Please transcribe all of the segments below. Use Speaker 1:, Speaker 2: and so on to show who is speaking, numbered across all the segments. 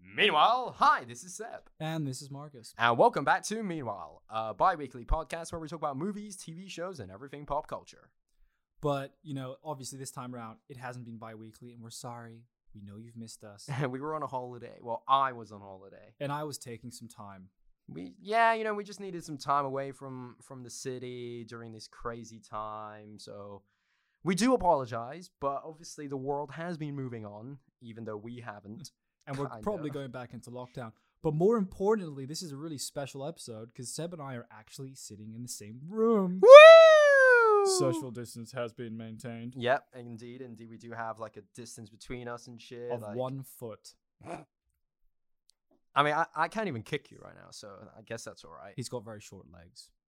Speaker 1: Meanwhile, hi, this is Seb.
Speaker 2: And this is Marcus.
Speaker 1: And welcome back to Meanwhile, a bi weekly podcast where we talk about movies, TV shows, and everything pop culture.
Speaker 2: But, you know, obviously this time around, it hasn't been bi weekly, and we're sorry. We know you've missed us.
Speaker 1: we were on a holiday. Well, I was on holiday.
Speaker 2: and I was taking some time.
Speaker 1: We yeah, you know, we just needed some time away from from the city during this crazy time. So we do apologize, but obviously the world has been moving on, even though we haven't.
Speaker 2: And we're
Speaker 1: Kinda.
Speaker 2: probably going back into lockdown. But more importantly, this is a really special episode because Seb and I are actually sitting in the same room.
Speaker 1: Woo!
Speaker 2: Social distance has been maintained
Speaker 1: Yep, indeed, indeed, we do have like a distance between us and shit.
Speaker 2: of
Speaker 1: like-
Speaker 2: one foot.
Speaker 1: I mean, I, I can't even kick you right now, so I guess that's all right.
Speaker 2: He's got very short legs.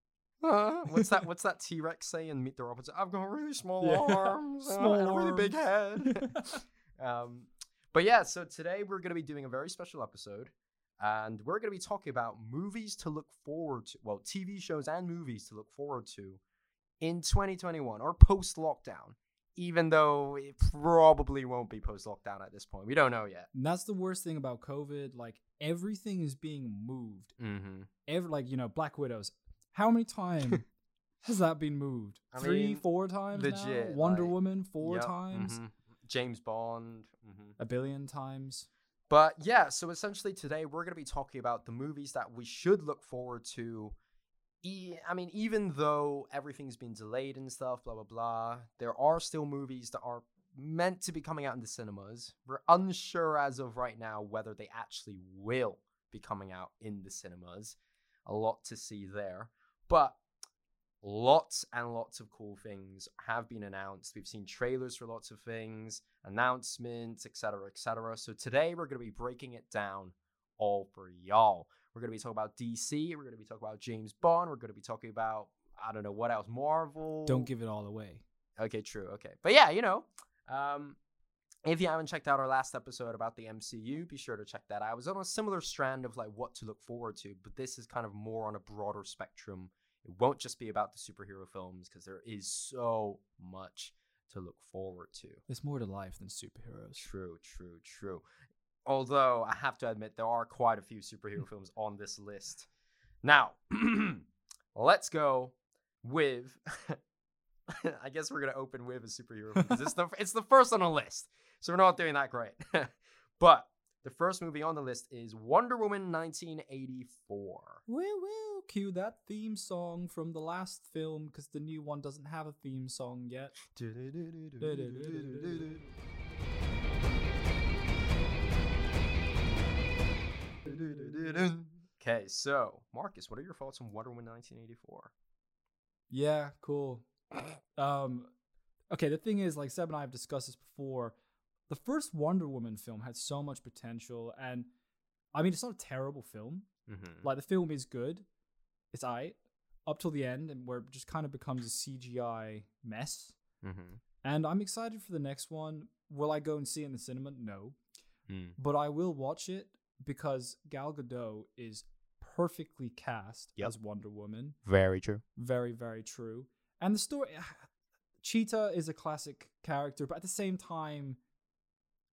Speaker 1: Uh, what's that? What's that T Rex say in Meet the Robinsons? I've got really small
Speaker 2: Yeah,
Speaker 1: arms, uh,
Speaker 2: small
Speaker 1: and a really big head.
Speaker 2: That's
Speaker 1: um, but yeah, so today we're going to be doing a very special episode, and we're going to be talking about movies to look forward to. Well, TV shows and movies to look forward to in 2021 or post lockdown. Even though it probably won't be post lockdown at this point, we don't know yet.
Speaker 2: the worst thing about COVID. Like everything is being moved.
Speaker 1: Mm-hmm.
Speaker 2: Every like you know Black Widows. How many times has that been moved?
Speaker 1: I
Speaker 2: Three,
Speaker 1: mean,
Speaker 2: four times.
Speaker 1: legit,
Speaker 2: now? Wonder
Speaker 1: like, mm-hmm.
Speaker 2: Woman four times.
Speaker 1: James Bond. Mm-hmm.
Speaker 2: A billion times.
Speaker 1: But yeah, so essentially today we're going to be talking about the movies that we should look forward to. E- I mean, even though everything's been delayed and stuff, blah, blah, blah, there are still movies that are meant to be coming out in the cinemas. We're unsure as of right now whether they actually will be coming out in the cinemas. A lot to see there. But lots and lots of cool things have been announced. We've seen trailers for lots of things, announcements, etc., etc. So today we're going to be breaking it down all for y'all. We're going to be talking about DC. We're going to be talking about James Bond. We're going to be talking about I don't know what else, Marvel.
Speaker 2: Don't give it all away.
Speaker 1: Okay, true. Okay, but yeah, you know, um, if you haven't checked out our last episode about the MCU, be sure to check that out. It was on a similar strand of like what to look forward to, but this is kind of more on a broader spectrum. It won't just be about the superhero films because there is so much to look forward to.
Speaker 2: There's more to life than superheroes.
Speaker 1: True, true, true. Although I have to admit, there are quite a few superhero films on this list. Now, let's go with. I guess we're gonna open with a superhero because it's the it's the first on the list, so we're not doing that great. but the first movie on the list is Wonder Woman 1984.
Speaker 2: Woo woo! Cue that theme song from the last film because the new one doesn't have a theme song yet.
Speaker 1: Okay, so Marcus, what are your thoughts on Wonder Woman 1984?
Speaker 2: Yeah, cool. Um, okay, the thing is, like Seb and I have discussed this before. The first Wonder Woman film had so much potential, and I mean, it's not a terrible film.
Speaker 1: Mm-hmm.
Speaker 2: Like the film is good, it's alright up till the end, and where it just kind of becomes a CGI mess.
Speaker 1: Mm-hmm.
Speaker 2: And I'm excited for the next one. Will I go and see it in the cinema? No,
Speaker 1: Mm.
Speaker 2: but I will watch it because Gal Gadot is perfectly cast
Speaker 1: Yep.
Speaker 2: as Wonder Woman.
Speaker 1: Very true.
Speaker 2: Very, very true. And the story Cheetah is a classic character, but at the same time,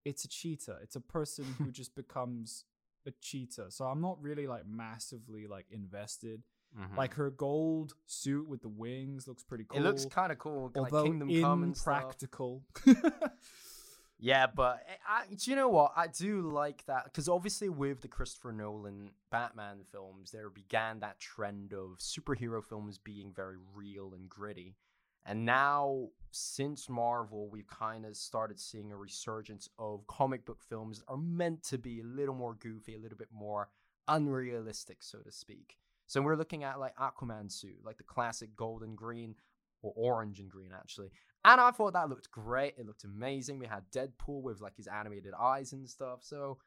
Speaker 2: it's a cheetah. It's a person who just becomes a cheetah. So I'm not really like massively like invested.
Speaker 1: Mm-hmm.
Speaker 2: Like her gold suit with the wings looks pretty cool.
Speaker 1: Hmm. it looks kind of cool, like
Speaker 2: although
Speaker 1: Kingdom Come and stuff.
Speaker 2: impractical.
Speaker 1: Yeah, but eh, I, I- do you know what? I do like that because obviously with the Christopher Nolan Batman films, there began that trend of superhero films being very real and gritty. And now, since Marvel, we've kind of started seeing a resurgence of comic book films that are meant to be a little more goofy, a little bit more unrealistic, so to speak. So we're looking at like Aquaman suit, like the classic gold and green, or orange and green actually. And I thought that looked great. It looked amazing. We had Deadpool with like his animated eyes and stuff. So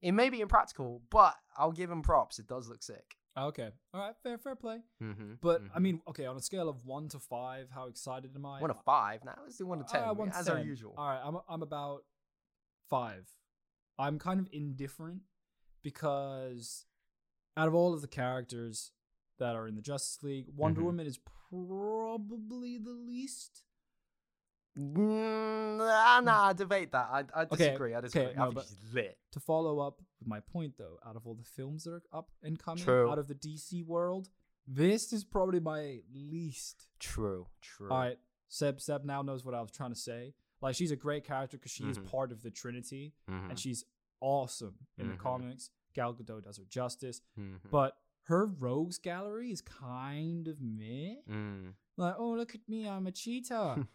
Speaker 1: it may be impractical, but I'll give him props. It does look sick.
Speaker 2: okay. All right, fair fair play.
Speaker 1: Mm-hmm.
Speaker 2: But I mean, okay, on a scale of one to five, how excited am I?
Speaker 1: one to five. Now let's do one to ten,
Speaker 2: Uh, one to
Speaker 1: as our
Speaker 2: 10.
Speaker 1: usual.
Speaker 2: All right, I'm I'm about five. I'm kind of indifferent because out of all of the characters that
Speaker 1: Mm-hmm.
Speaker 2: are in the Justice League, Wonder
Speaker 1: Mhm.
Speaker 2: Woman is probably the least
Speaker 1: Mm, ah, nah, I debate that. I, I disagree. I disagree.
Speaker 2: no,
Speaker 1: I think
Speaker 2: but-
Speaker 1: she's lit.
Speaker 2: To follow up with my point, though, out of all the films that are up and coming,
Speaker 1: True.
Speaker 2: out of the DC world, this is probably my least
Speaker 1: True. True.
Speaker 2: All right, Seb. Seb now knows what I was trying to say. Like she's a great character because she is
Speaker 1: Mhm.
Speaker 2: part of the Trinity,
Speaker 1: Mhm,
Speaker 2: and she's awesome in the
Speaker 1: Mhm.
Speaker 2: comics. Gal Gadot does her justice,
Speaker 1: mhm,
Speaker 2: but her rogues gallery is kind of meh.
Speaker 1: mm.
Speaker 2: Like, oh look at me, I'm a cheetah.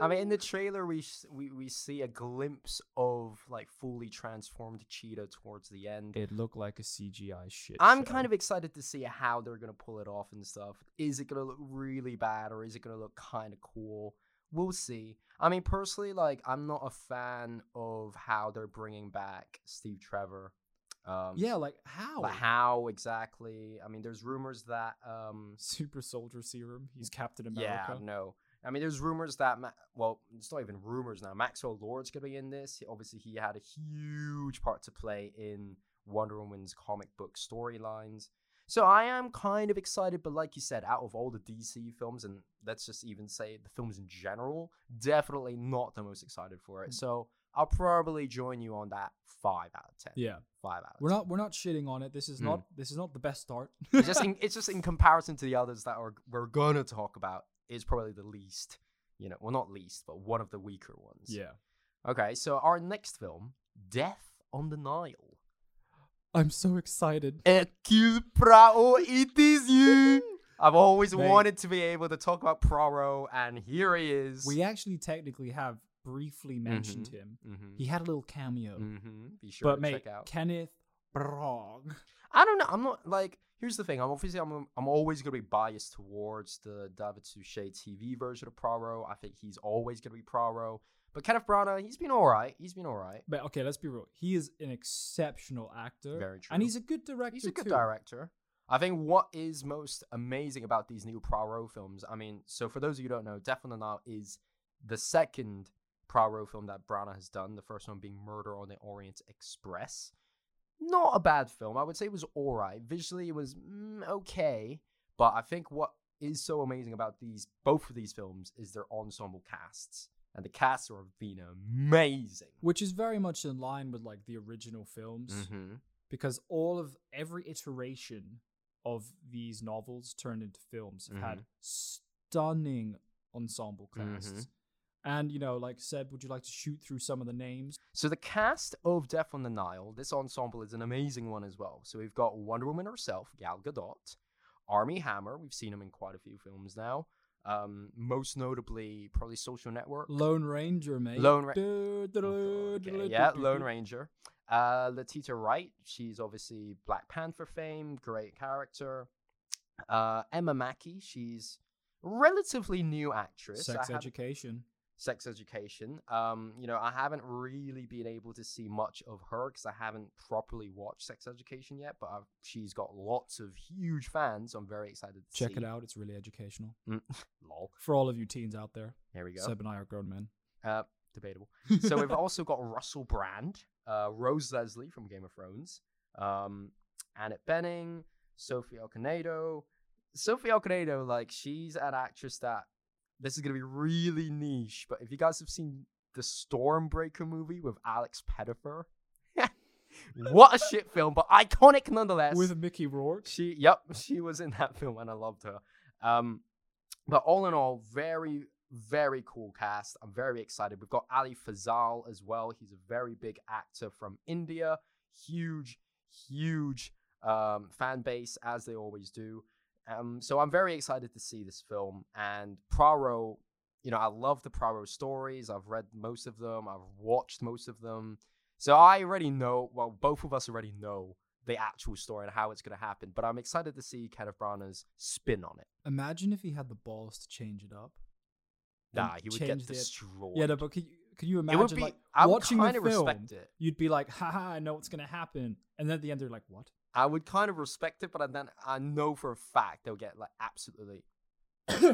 Speaker 1: I mean, in
Speaker 2: Woo.
Speaker 1: the trailer, we, s- we we see a glimpse of like fully transformed Cheetah towards the end.
Speaker 2: it looked like a CGI shit.
Speaker 1: I'm
Speaker 2: show.
Speaker 1: kind of excited to see how they're gonna pull it off and stuff. Is it gonna look really bad or is it gonna look kind of cool? We'll see. I mean, personally, like I'm not a fan of how they're bringing back Steve Trevor. Um,
Speaker 2: yeah, oh. like how?
Speaker 1: but how exactly? I mean, there's rumors that um,
Speaker 2: Super soldier serum. He's Captain America.
Speaker 1: Mm. yeah, no. I mean, there's rumors that Ma- well, it's not even rumors now. Maxwell Lord's gonna be in this. He- Obviously, he had a huge part to play in Wonder Woman's comic book storylines. So I am kind of excited, but like you said, out of all the DC films, and let's just even say the films in general, definitely not the most excited for
Speaker 2: Hmm.
Speaker 1: it. So I'll probably join you on that five out of ten.
Speaker 2: yeah.
Speaker 1: Five out. Of
Speaker 2: We're
Speaker 1: 10.
Speaker 2: not we're not shitting on it. This is
Speaker 1: Hmm.
Speaker 2: not this is not the best start.
Speaker 1: It's just in, it's just in comparison to the others that are we're gonna talk about is probably the least, you know, well not least, but one of the weaker ones.
Speaker 2: yeah.
Speaker 1: Okay, so our next film, Death on the Nile.
Speaker 2: I'm so excited.
Speaker 1: Hercule Poirot, it is you. I've always
Speaker 2: Mate.
Speaker 1: wanted to be able to talk about Poirot, and here he is.
Speaker 2: We actually technically have briefly mentioned
Speaker 1: Mhm.
Speaker 2: him.
Speaker 1: Mm-hmm.
Speaker 2: He had a little cameo,
Speaker 1: Mm-hmm. Be sure
Speaker 2: but
Speaker 1: to
Speaker 2: mate,
Speaker 1: check out.
Speaker 2: Kenneth Brog.
Speaker 1: I don't know. I'm not like. Here's the thing. I'm obviously I'm I'm always gonna be biased towards the David Suchet TV version of Poirot. I think he's always gonna be Poirot. But Kenneth Branagh, he's been all right. He's been all right.
Speaker 2: But okay, let's be real. He is an exceptional actor,
Speaker 1: Very true.
Speaker 2: and he's a good director.
Speaker 1: He's a good
Speaker 2: too.
Speaker 1: director. I think what is most amazing about these new Poirot films. I mean, so for those of you who don't know, Death on the Nile is the second Poirot film that Branagh has done. The first one being Murder on the Orient Express. Not a bad film. I would say it was all right. Visually, it was mm, okay. But I think what is so amazing about these both of these films is their ensemble casts, and the casts are been amazing.
Speaker 2: Which is very much in line with like the original films,
Speaker 1: Mm-hmm.
Speaker 2: because all of every iteration of these novels turned into films have
Speaker 1: Mm-hmm.
Speaker 2: had stunning ensemble
Speaker 1: Mhm.
Speaker 2: casts. And you know, like Seb, would you like to shoot through some of the names?
Speaker 1: So the cast of Death on the Nile, this ensemble is an amazing one as well. So we've got Wonder Woman herself, Gal Gadot, Army Hammer. We've seen him in quite a few films now. Um, most notably, probably Social Network.
Speaker 2: Lone Ranger, mate.
Speaker 1: Lone Ra- Oh,
Speaker 2: Du- du- du- du-
Speaker 1: Okay,
Speaker 2: du-
Speaker 1: yeah,
Speaker 2: du- du-
Speaker 1: Lone
Speaker 2: du-
Speaker 1: Ranger. Uh, Letitia Wright. She's obviously Black Panther fame, great character. Uh, Emma Mackey. She's relatively new actress.
Speaker 2: Sex
Speaker 1: I haven't-
Speaker 2: education.
Speaker 1: sex education. Um, you know, I haven't really been able to see much of her because I haven't properly watched Sex Education yet, but I've, she's got lots of huge fans. I'm very excited to
Speaker 2: Check it out. It's really educational.
Speaker 1: Lol.
Speaker 2: For all of you teens out there,
Speaker 1: Here we go.
Speaker 2: Seb and I are grown men.
Speaker 1: uh, debatable. So we've also got Russell Brand, uh, Rose Leslie from Game of Thrones, um, Annette Benning, Sophie Okonedo. Sophie Okonedo, like she's an actress that this is gonna be really niche. But if you guys have seen the Stormbreaker movie with Alex Pettifer, what a shit film, but iconic nonetheless.
Speaker 2: With Mickey Rourke.
Speaker 1: She, yep, she was in that film and I loved her. Um, but all in all, very, very cool cast. I'm very excited. We've got Ali Fazal as well. He's a very big actor from India. Huge, huge um, fan base, as they always do. Um, so I'm very excited to see this film. And Praro, you know, I love the Praro stories. I've read most of them, I've watched most of them. So I already know, well, both of us already know the actual story and how it's going to happen. But I'm excited to see Kenneth Branagh's spin on it.
Speaker 2: Imagine if he had the balls to change it up. and
Speaker 1: Nah, he would get
Speaker 2: change the-
Speaker 1: destroyed.
Speaker 2: Yeah, no, but could you, could you
Speaker 1: it
Speaker 2: imagine
Speaker 1: would be.
Speaker 2: like,
Speaker 1: I would
Speaker 2: watching the
Speaker 1: kind of
Speaker 2: film?
Speaker 1: respect it.
Speaker 2: You'd be like, haha, I know what's going to happen. And then at the end, they're like, what?
Speaker 1: I would kind of respect it, but then I know for a fact they'll get like absolutely. I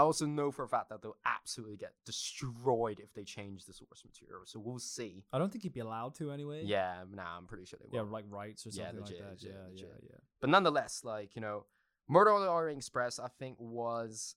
Speaker 1: also know for a fact that they'll absolutely get destroyed if they change the source material. So we'll see.
Speaker 2: I don't think he'd be allowed to anyway.
Speaker 1: Yeah, nah, I'm pretty sure they will.
Speaker 2: Yeah, like rights or
Speaker 1: Yeah,
Speaker 2: something
Speaker 1: legit,
Speaker 2: like that.
Speaker 1: legit,
Speaker 2: yeah,
Speaker 1: legit.
Speaker 2: yeah, yeah.
Speaker 1: But nonetheless, like, you know, Murder on the Orient Express, I think, was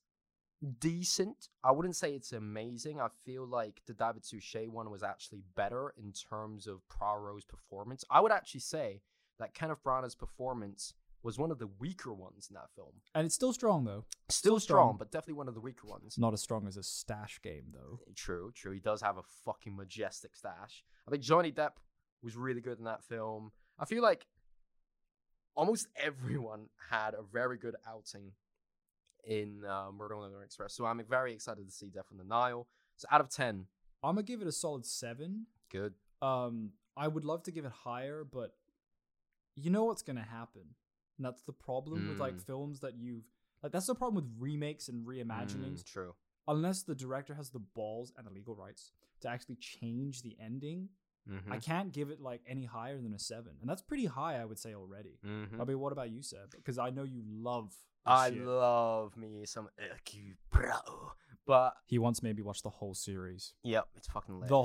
Speaker 1: decent. I wouldn't say it's amazing. I feel like the David Suchet one was actually better in terms of Praro's performance. I would actually say that Kenneth Branagh's performance was one of the weaker ones in that film.
Speaker 2: And it's still strong though.
Speaker 1: Still,
Speaker 2: Still
Speaker 1: strong,
Speaker 2: strong.
Speaker 1: but definitely one of the weaker ones.
Speaker 2: It's not as strong as a stash game though.
Speaker 1: True, true. He does have a fucking majestic stash. I think Johnny Depp was really good in that film. I feel like almost everyone had a very good outing in uh, Murder on the Orient Express. So I'm very excited to see Death on the Nile. So out of 10,
Speaker 2: I'm gonna give it a solid seven.
Speaker 1: good.
Speaker 2: Um, I would love to give it higher, but you know what's gonna happen, and that's the problem with like
Speaker 1: Mm.
Speaker 2: films that you've like. That's the problem with remakes and reimaginings.
Speaker 1: Mm, true.
Speaker 2: Unless the director has the balls and the legal rights to actually change the ending,
Speaker 1: Mhm.
Speaker 2: I can't give it like any higher than a seven, and that's pretty high, I would say already.
Speaker 1: Mhm.
Speaker 2: I mean, what about you, Seb? Because I know you love. this
Speaker 1: I
Speaker 2: shit.
Speaker 1: love me some Hercule Poirot. But,
Speaker 2: he once maybe watched the whole series.
Speaker 1: yep, it's fucking lit.
Speaker 2: The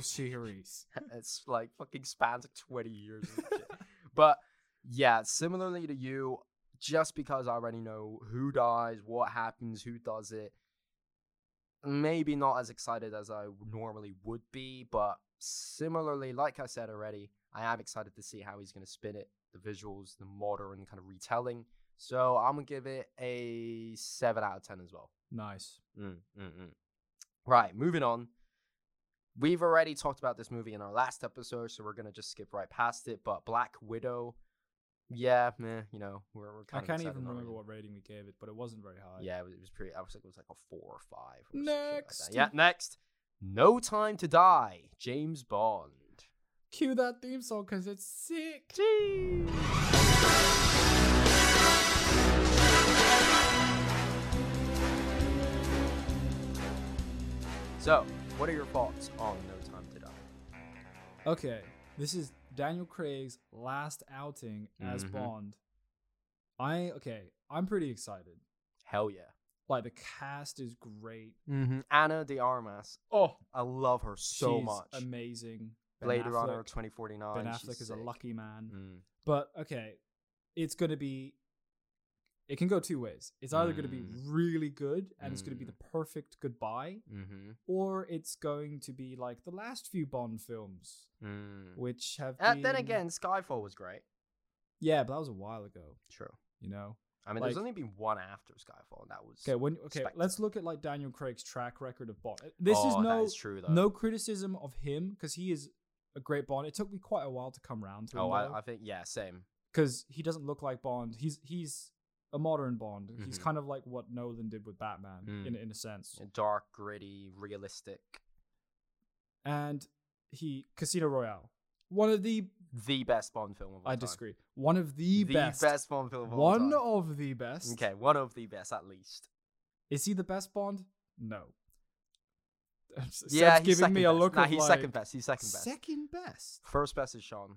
Speaker 2: series.
Speaker 1: it's like fucking spans like 20 years and shit. but yeah similarly to you just because i already know who dies what happens who does it maybe not as excited as i w- normally would be but similarly like i said already i am excited to see how he's going to spin it the visuals the modern kind of retelling so i'm going to give it a 7 out of 10 as well
Speaker 2: nice.
Speaker 1: Mm, mm, mm. Right, moving on. We've already talked about this movie in our last episode, so we're gonna just skip right past it. But Black Widow, yeah, meh, you know, we're, we're
Speaker 2: I
Speaker 1: kind of.
Speaker 2: can't
Speaker 1: excited
Speaker 2: even
Speaker 1: about
Speaker 2: remember
Speaker 1: it.
Speaker 2: what rating we gave it, but it wasn't very high.
Speaker 1: Yeah, it was, it was pretty. I was like, it was like a four or five. Or some shit like that.
Speaker 2: Next.
Speaker 1: yeah, next. No Time to Die, James Bond.
Speaker 2: Cue that theme song because it's sick.
Speaker 1: So, what are your thoughts on No Time to Die?
Speaker 2: Okay, this is Daniel Craig's last outing as
Speaker 1: Mhm.
Speaker 2: Bond. I okay, I'm pretty excited.
Speaker 1: Hell yeah.
Speaker 2: Like the cast is great.
Speaker 1: Mm-hmm. Anna de Armas.
Speaker 2: Oh,
Speaker 1: I love her so
Speaker 2: she's
Speaker 1: much.
Speaker 2: amazing. Ben
Speaker 1: Blade Runner
Speaker 2: Affleck-
Speaker 1: 2049.
Speaker 2: Ben
Speaker 1: she's
Speaker 2: Affleck is a
Speaker 1: sick.
Speaker 2: lucky man.
Speaker 1: Mm.
Speaker 2: But okay, it's gonna be. It can go two ways. It's either gonna be
Speaker 1: Mm.
Speaker 2: really good and it's gonna be
Speaker 1: Mm.
Speaker 2: the perfect goodbye,
Speaker 1: Mm-hmm.
Speaker 2: or it's going to be like the last few Bond films,
Speaker 1: Mm.
Speaker 2: which have.
Speaker 1: Uh,
Speaker 2: been...
Speaker 1: then again, Skyfall was great.
Speaker 2: yeah, but that was a while ago.
Speaker 1: True.
Speaker 2: You know.
Speaker 1: I mean, there's
Speaker 2: Like-
Speaker 1: only been one after Skyfall, and that was.
Speaker 2: Okay, when okay,
Speaker 1: Spectre.
Speaker 2: let's look at like Daniel Craig's track record of Bond. This is
Speaker 1: Oh, that
Speaker 2: no
Speaker 1: true, though.
Speaker 2: no criticism of him because he is a great Bond. It took me quite a while to come round to him.
Speaker 1: Oh, I, I think yeah, same.
Speaker 2: because he doesn't look like Bond. He's he's a modern Bond. He's
Speaker 1: Mhm.
Speaker 2: kind of like what Nolan did with Batman
Speaker 1: Mm.
Speaker 2: in in a sense.
Speaker 1: Dark, gritty, realistic.
Speaker 2: And he Casino Royale, one of the
Speaker 1: The best Bond film of all
Speaker 2: I
Speaker 1: time.
Speaker 2: disagree. One of the,
Speaker 1: The,
Speaker 2: best,
Speaker 1: best. Bond film of all
Speaker 2: one
Speaker 1: time.
Speaker 2: of the best.
Speaker 1: Okay, one of the best at least.
Speaker 2: is he the best Bond? No. Seb's
Speaker 1: yeah, he's
Speaker 2: giving
Speaker 1: second
Speaker 2: me a
Speaker 1: best.
Speaker 2: look
Speaker 1: Nah,
Speaker 2: of
Speaker 1: he's
Speaker 2: like,
Speaker 1: second best. He's second best.
Speaker 2: Second best.
Speaker 1: First best is Sean.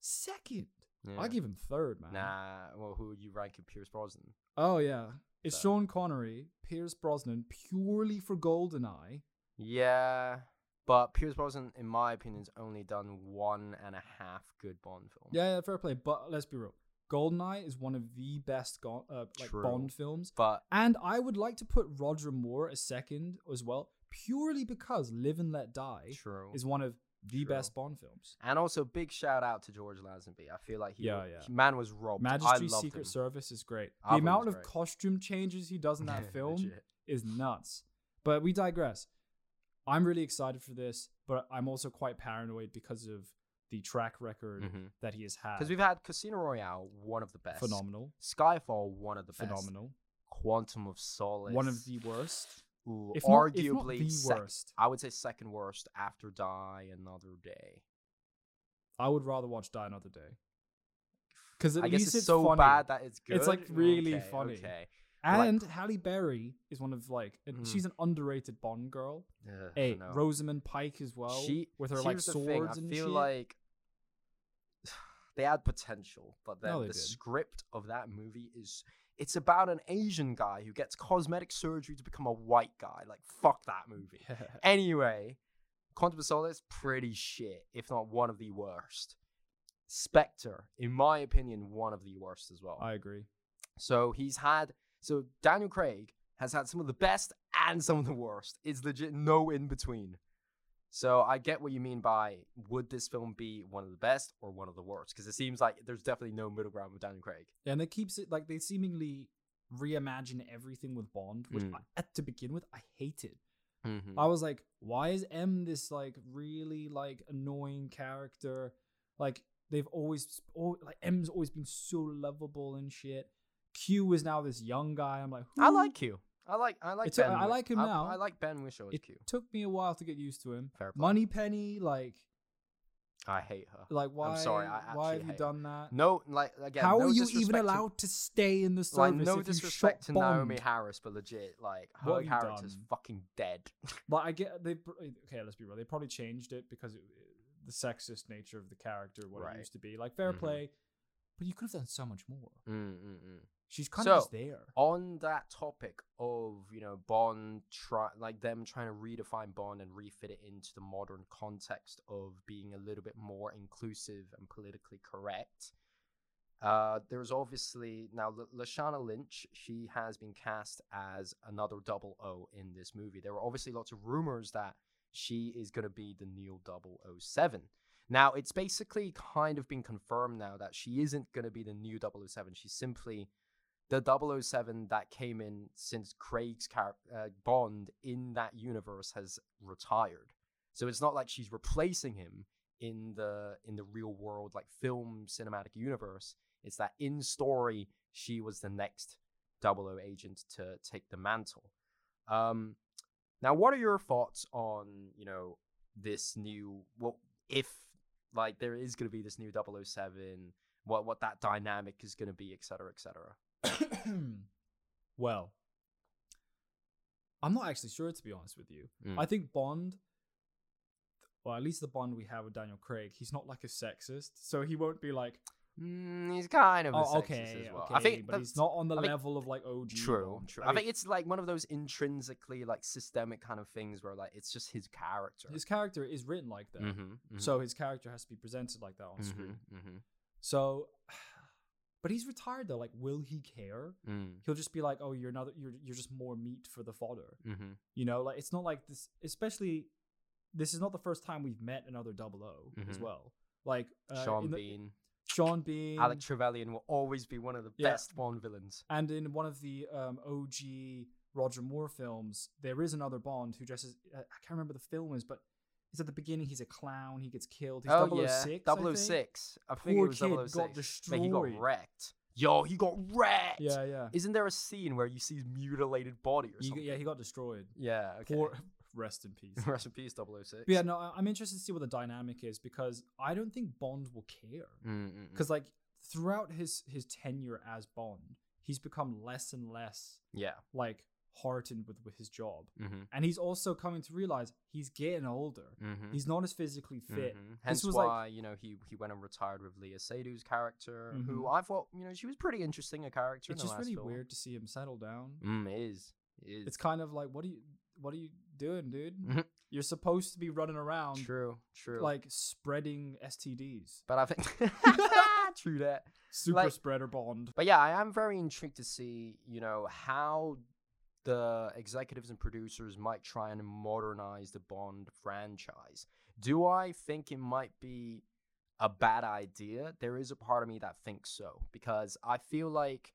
Speaker 2: Second.
Speaker 1: Yeah.
Speaker 2: I give him third, man.
Speaker 1: Nah, well, who are you ranking? Pierce Brosnan.
Speaker 2: Oh yeah. It's
Speaker 1: So-
Speaker 2: Sean Connery, Pierce Brosnan, purely for Goldeneye.
Speaker 1: Yeah, but Pierce Brosnan, in my opinion, has only done one and a half good Bond film.
Speaker 2: Yeah, yeah, fair play. But let's be real. Goldeneye is one of the best go- uh, like
Speaker 1: True.
Speaker 2: Bond films,
Speaker 1: but
Speaker 2: and I would like to put Roger Moore a second as well, purely because Live and Let Die
Speaker 1: true.
Speaker 2: is one of the
Speaker 1: True.
Speaker 2: best Bond films.
Speaker 1: And also, big shout out to George Lazenby. I feel like he,
Speaker 2: Yeah,
Speaker 1: wa-
Speaker 2: yeah.
Speaker 1: he- man was robbed. Oh, I
Speaker 2: Majesty's
Speaker 1: loved
Speaker 2: Secret
Speaker 1: him.
Speaker 2: Service is great.
Speaker 1: I
Speaker 2: The
Speaker 1: thought it
Speaker 2: amount
Speaker 1: was
Speaker 2: of
Speaker 1: great.
Speaker 2: costume changes he does in that film
Speaker 1: Legit.
Speaker 2: is nuts. But we digress. I'm really excited for this, but I'm also quite paranoid because of the track record
Speaker 1: Mhm.
Speaker 2: that he has had.
Speaker 1: Because we've had Casino Royale, one of the best.
Speaker 2: phenomenal,
Speaker 1: Skyfall, one of the best.
Speaker 2: phenomenal,
Speaker 1: Quantum of Solace,
Speaker 2: one of the worst.
Speaker 1: Ooh,
Speaker 2: if not- if
Speaker 1: arguably
Speaker 2: not the
Speaker 1: sec-
Speaker 2: worst.
Speaker 1: I would say second worst after Die Another Day.
Speaker 2: I would rather watch Die Another Day. Because at
Speaker 1: I guess
Speaker 2: least
Speaker 1: it's,
Speaker 2: it's
Speaker 1: so
Speaker 2: funny.
Speaker 1: bad that it's good.
Speaker 2: It's, like, really
Speaker 1: Okay,
Speaker 2: funny.
Speaker 1: Okay. like-
Speaker 2: and Halle Berry is one of like and
Speaker 1: Mm.
Speaker 2: she's an underrated Bond girl.
Speaker 1: Ugh,
Speaker 2: Hey,
Speaker 1: no.
Speaker 2: Rosamund Pike as well.
Speaker 1: she
Speaker 2: with her like
Speaker 1: here's the
Speaker 2: swords
Speaker 1: thing, I
Speaker 2: and
Speaker 1: feel
Speaker 2: shit.
Speaker 1: like they had potential, but then
Speaker 2: No, they
Speaker 1: the
Speaker 2: did.
Speaker 1: script of that movie is it's about an Asian guy who gets cosmetic surgery to become a white guy. Like fuck that movie. Anyway, Quantum of Solace pretty shit, if not one of the worst. Spectre, in my opinion, one of the worst as well.
Speaker 2: I agree.
Speaker 1: So he's had so Daniel Craig has had some of the best and some of the worst. It's legit no in between. So I get what you mean by would this film be one of the best or one of the worst? Because it seems like there's definitely no middle ground with Daniel Craig.
Speaker 2: Yeah, and it keeps it like they seemingly reimagine everything with Bond, which
Speaker 1: Mm.
Speaker 2: I, at to begin with I hated.
Speaker 1: Mm-hmm.
Speaker 2: I was like, why is M this like really like annoying character? Like they've always al- like M's always been so lovable and shit. Q is now this young guy. I'm like,
Speaker 1: I
Speaker 2: who-
Speaker 1: like you. I like I like
Speaker 2: It's a-
Speaker 1: ben
Speaker 2: I
Speaker 1: Wi-
Speaker 2: like him
Speaker 1: I,
Speaker 2: now.
Speaker 1: I like Ben Whishaw as
Speaker 2: It
Speaker 1: Q.
Speaker 2: took me a while to get used to him.
Speaker 1: Fair play.
Speaker 2: Money Penny, like,
Speaker 1: I hate her.
Speaker 2: like why?
Speaker 1: sorry, I
Speaker 2: why
Speaker 1: actually
Speaker 2: have you
Speaker 1: hate her.
Speaker 2: done that?
Speaker 1: No, like again.
Speaker 2: How
Speaker 1: no
Speaker 2: are you even
Speaker 1: disrespect to-
Speaker 2: allowed to stay in the
Speaker 1: Like
Speaker 2: service?
Speaker 1: no
Speaker 2: if you shot
Speaker 1: disrespect to Naomi
Speaker 2: Bond?
Speaker 1: Harris, but legit, like
Speaker 2: What
Speaker 1: her
Speaker 2: have you
Speaker 1: character's
Speaker 2: done?
Speaker 1: fucking dead.
Speaker 2: Like I get they pr- eh, okay. Let's be real. They probably changed it because it, eh, the sexist nature of the character, what
Speaker 1: Right.
Speaker 2: it used to be. Like fair
Speaker 1: Mhm.
Speaker 2: play, but you could have done so much more. mm.
Speaker 1: Mm-mm-mm.
Speaker 2: She's kind
Speaker 1: So-
Speaker 2: of just there.
Speaker 1: On that topic of you know Bond, try like them trying to redefine Bond and refit it into the modern context of being a little bit more inclusive and politically correct. Uh, there's obviously now L- Lashana Lynch. She has been cast as another double O in this movie. There were obviously lots of rumors that she is going to be the Neil 007. Now, it's basically kind of been confirmed now that she isn't going to be the new 007. She's simply the 007 that came in since Craig's char- uh, Bond in that universe has retired. So it's not like she's replacing him in the in the real world like film cinematic universe. It's that in story she was the next 00 agent to take the mantle. Um, now, what are your thoughts on you know this new well if like there is going to be this new 007 what what that dynamic is going to be et cetera et cetera
Speaker 2: well, I'm not actually sure to be honest with you.
Speaker 1: Mm.
Speaker 2: I think Bond, or at least the Bond we have with Daniel Craig, he's not like a sexist, so he won't be like,
Speaker 1: Mm, he's kind of a
Speaker 2: oh,
Speaker 1: sexist
Speaker 2: okay,
Speaker 1: as well.
Speaker 2: okay.
Speaker 1: I think
Speaker 2: but he's
Speaker 1: that's
Speaker 2: not on the
Speaker 1: I think-
Speaker 2: level of like OG.
Speaker 1: true.
Speaker 2: Bond.
Speaker 1: True.
Speaker 2: I
Speaker 1: I,
Speaker 2: mean,
Speaker 1: think it's like one of those intrinsically like systemic kind of things where like it's just his character.
Speaker 2: his character is written like
Speaker 1: Mm-hmm.
Speaker 2: that, so his character has to be presented like that on screen.
Speaker 1: mm-hmm,
Speaker 2: So, but he's retired though. Like, will he care?
Speaker 1: mm-hmm,
Speaker 2: He'll just be like, oh, you're another, you're you're just more meat for the fodder.
Speaker 1: mm-hmm.
Speaker 2: You know, like it's not like this, especially this is not the first time we've met another double O as
Speaker 1: Mhm.
Speaker 2: well. Like uh,
Speaker 1: Sean
Speaker 2: in the-
Speaker 1: Bean,
Speaker 2: Sean Bean,
Speaker 1: Alec Trevelyan will always be one of the
Speaker 2: Yeah.
Speaker 1: best Bond villains.
Speaker 2: and in one of the um, OG Roger Moore films, there is another Bond who dresses. Uh, I can't remember the film is, but it's at the beginning. He's a clown. He gets killed. He's
Speaker 1: oh
Speaker 2: 006, I
Speaker 1: yeah,
Speaker 2: think.
Speaker 1: 006. I think,
Speaker 2: Poor
Speaker 1: it was 006.
Speaker 2: kid got
Speaker 1: But he got
Speaker 2: destroyed.
Speaker 1: wrecked. Yo, he got wrecked.
Speaker 2: Yeah, yeah.
Speaker 1: Isn't there a scene where you see his mutilated body or
Speaker 2: He-
Speaker 1: something?
Speaker 2: yeah, he got destroyed.
Speaker 1: yeah. Okay.
Speaker 2: Poor, rest in peace. but
Speaker 1: Rest in peace, 006.
Speaker 2: yeah, no, I- I'm interested to see what the dynamic is because I don't think Bond will care.
Speaker 1: Mm-mm.
Speaker 2: Because like throughout his his tenure as Bond, he's become less and less
Speaker 1: Yeah.
Speaker 2: like heartened with, with his job,
Speaker 1: Mm-hmm.
Speaker 2: and he's also coming to realize he's getting older.
Speaker 1: Mm-hmm.
Speaker 2: He's not as physically fit.
Speaker 1: Mhm. Hence
Speaker 2: was, like-
Speaker 1: why you know he he went and retired with Leah Seydoux's character, who
Speaker 2: Mhm.
Speaker 1: I thought you know she was pretty interesting a character. in the
Speaker 2: It's just
Speaker 1: last
Speaker 2: really
Speaker 1: film.
Speaker 2: weird to see him settle down.
Speaker 1: Mm, it is. It is.
Speaker 2: It's kind of like what are you what are you doing, dude?
Speaker 1: Mhm.
Speaker 2: You're supposed to be running around
Speaker 1: true. True.
Speaker 2: like spreading STDs.
Speaker 1: but I think true that.
Speaker 2: Super
Speaker 1: Like-
Speaker 2: spreader Bond.
Speaker 1: But yeah, I am very intrigued to see you know how the executives and producers might try and modernize the Bond franchise. Do I think it might be a bad idea? There is a part of me that thinks so because I feel like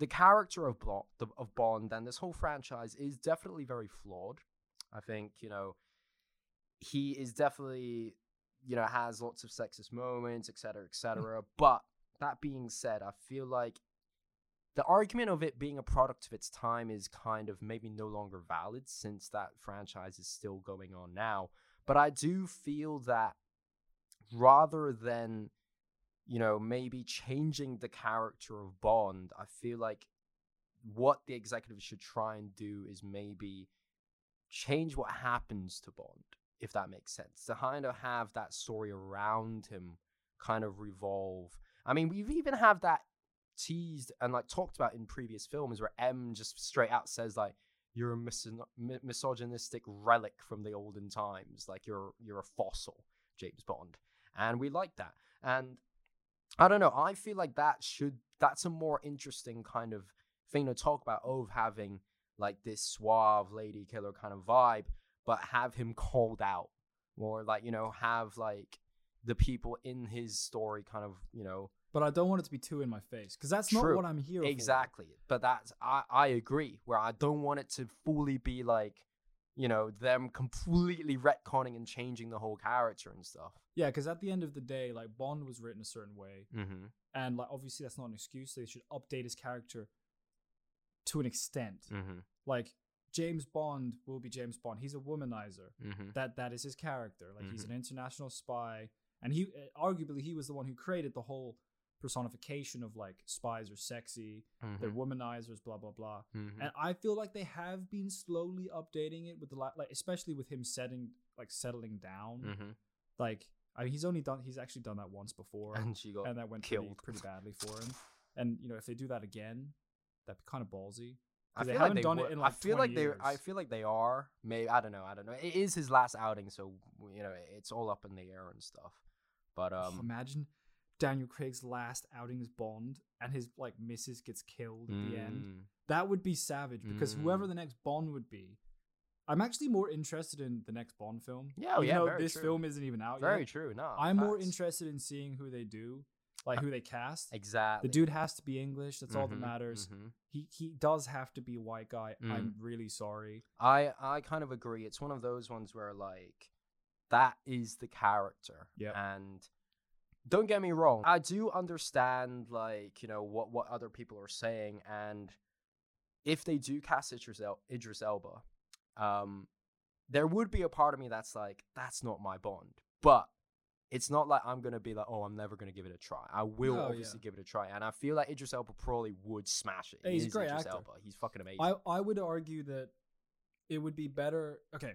Speaker 1: the character of Blo- the- of Bond and this whole franchise is definitely very flawed. I think you know he is definitely you know has lots of sexist moments, etc., etc. But that being said, I feel like the argument of it being a product of its time is kind of maybe no longer valid since that franchise is still going on now. But I do feel that rather than, you know, maybe changing the character of Bond, I feel like what the executives should try and do is maybe change what happens to Bond, if that makes sense. To kind of have that story around him kind of revolve. I mean, we've even have that teased and like talked about in previous films where M just straight out says like you're a misog- mi- misogynistic relic from the olden times, like you're you're a fossil, James Bond, and we like that. And I don't know, I feel like that should that's a more interesting kind of thing to talk about of having like this suave lady killer kind of vibe, but have him called out or like, you know, have like the people in his story kind of, you know,
Speaker 2: But I don't want it to be too in my face because that's
Speaker 1: True.
Speaker 2: not what I'm here for.
Speaker 1: exactly. But that's, I, I agree, where I don't want it to fully be like, you know, them completely retconning and changing the whole character and stuff.
Speaker 2: Yeah, because at the end of the day, like Bond was written a certain way,
Speaker 1: Mm-hmm.
Speaker 2: and like obviously that's not an excuse. They should update his character to an extent.
Speaker 1: Mm-hmm.
Speaker 2: Like James Bond will be James Bond. He's a womanizer.
Speaker 1: Mm-hmm.
Speaker 2: That that is his character. Like he's an international spy, and he uh, arguably he was the one who created the whole personification of like spies are sexy,
Speaker 1: mm-hmm,
Speaker 2: they're womanizers, blah blah blah. and I feel like they have been slowly updating it with the la- like, especially with him setting like settling down.
Speaker 1: Mm. mm-hmm.
Speaker 2: Like I mean, he's only done he's actually done that once before,
Speaker 1: And she got
Speaker 2: and that went pretty,
Speaker 1: killed.
Speaker 2: pretty badly for him. And you know, if they do that again, that'd be kind of ballsy.
Speaker 1: I
Speaker 2: 'Cause they
Speaker 1: feel
Speaker 2: haven't
Speaker 1: like they
Speaker 2: done it
Speaker 1: were-
Speaker 2: in,
Speaker 1: I
Speaker 2: like,
Speaker 1: feel
Speaker 2: 20
Speaker 1: like they. I
Speaker 2: years.
Speaker 1: feel like they are. Maybe I don't know. I don't know. It is his last outing, so you know it's all up in the air and stuff. But um,
Speaker 2: Imagine Daniel Craig's last outing as Bond, and his like missus gets killed at the end.
Speaker 1: mm,
Speaker 2: That would be savage because whoever
Speaker 1: Mm.
Speaker 2: the next Bond would be. I'm actually more interested in the next Bond film.
Speaker 1: Yeah, oh
Speaker 2: even
Speaker 1: yeah,
Speaker 2: though
Speaker 1: very
Speaker 2: this
Speaker 1: true.
Speaker 2: film isn't even out yet.
Speaker 1: very true. No,
Speaker 2: Oh, I'm more
Speaker 1: facts.
Speaker 2: interested in seeing who they do, like who they cast.
Speaker 1: Exactly.
Speaker 2: The dude has to be English. That's all that
Speaker 1: Mhm,
Speaker 2: matters.
Speaker 1: mhm.
Speaker 2: He he does have to be a white guy. I'm
Speaker 1: Mm.
Speaker 2: really sorry.
Speaker 1: I I kind of agree. It's one of those ones where like that is the character.
Speaker 2: Yep.
Speaker 1: And don't get me wrong, I do understand like, you know, what what other people are saying and if they do cast Idris, El- Idris Elba, um there would be a part of me that's like that's not my bond. But it's not like I'm gonna be like, oh, I'm never gonna give it a try. I will
Speaker 2: No,
Speaker 1: obviously give it a try, and I feel like Idris Elba probably would smash it.
Speaker 2: Yeah,
Speaker 1: He
Speaker 2: he's a
Speaker 1: is
Speaker 2: great
Speaker 1: Idris
Speaker 2: actor.
Speaker 1: Elba. He's fucking amazing.
Speaker 2: I I would argue that it would be better. Okay,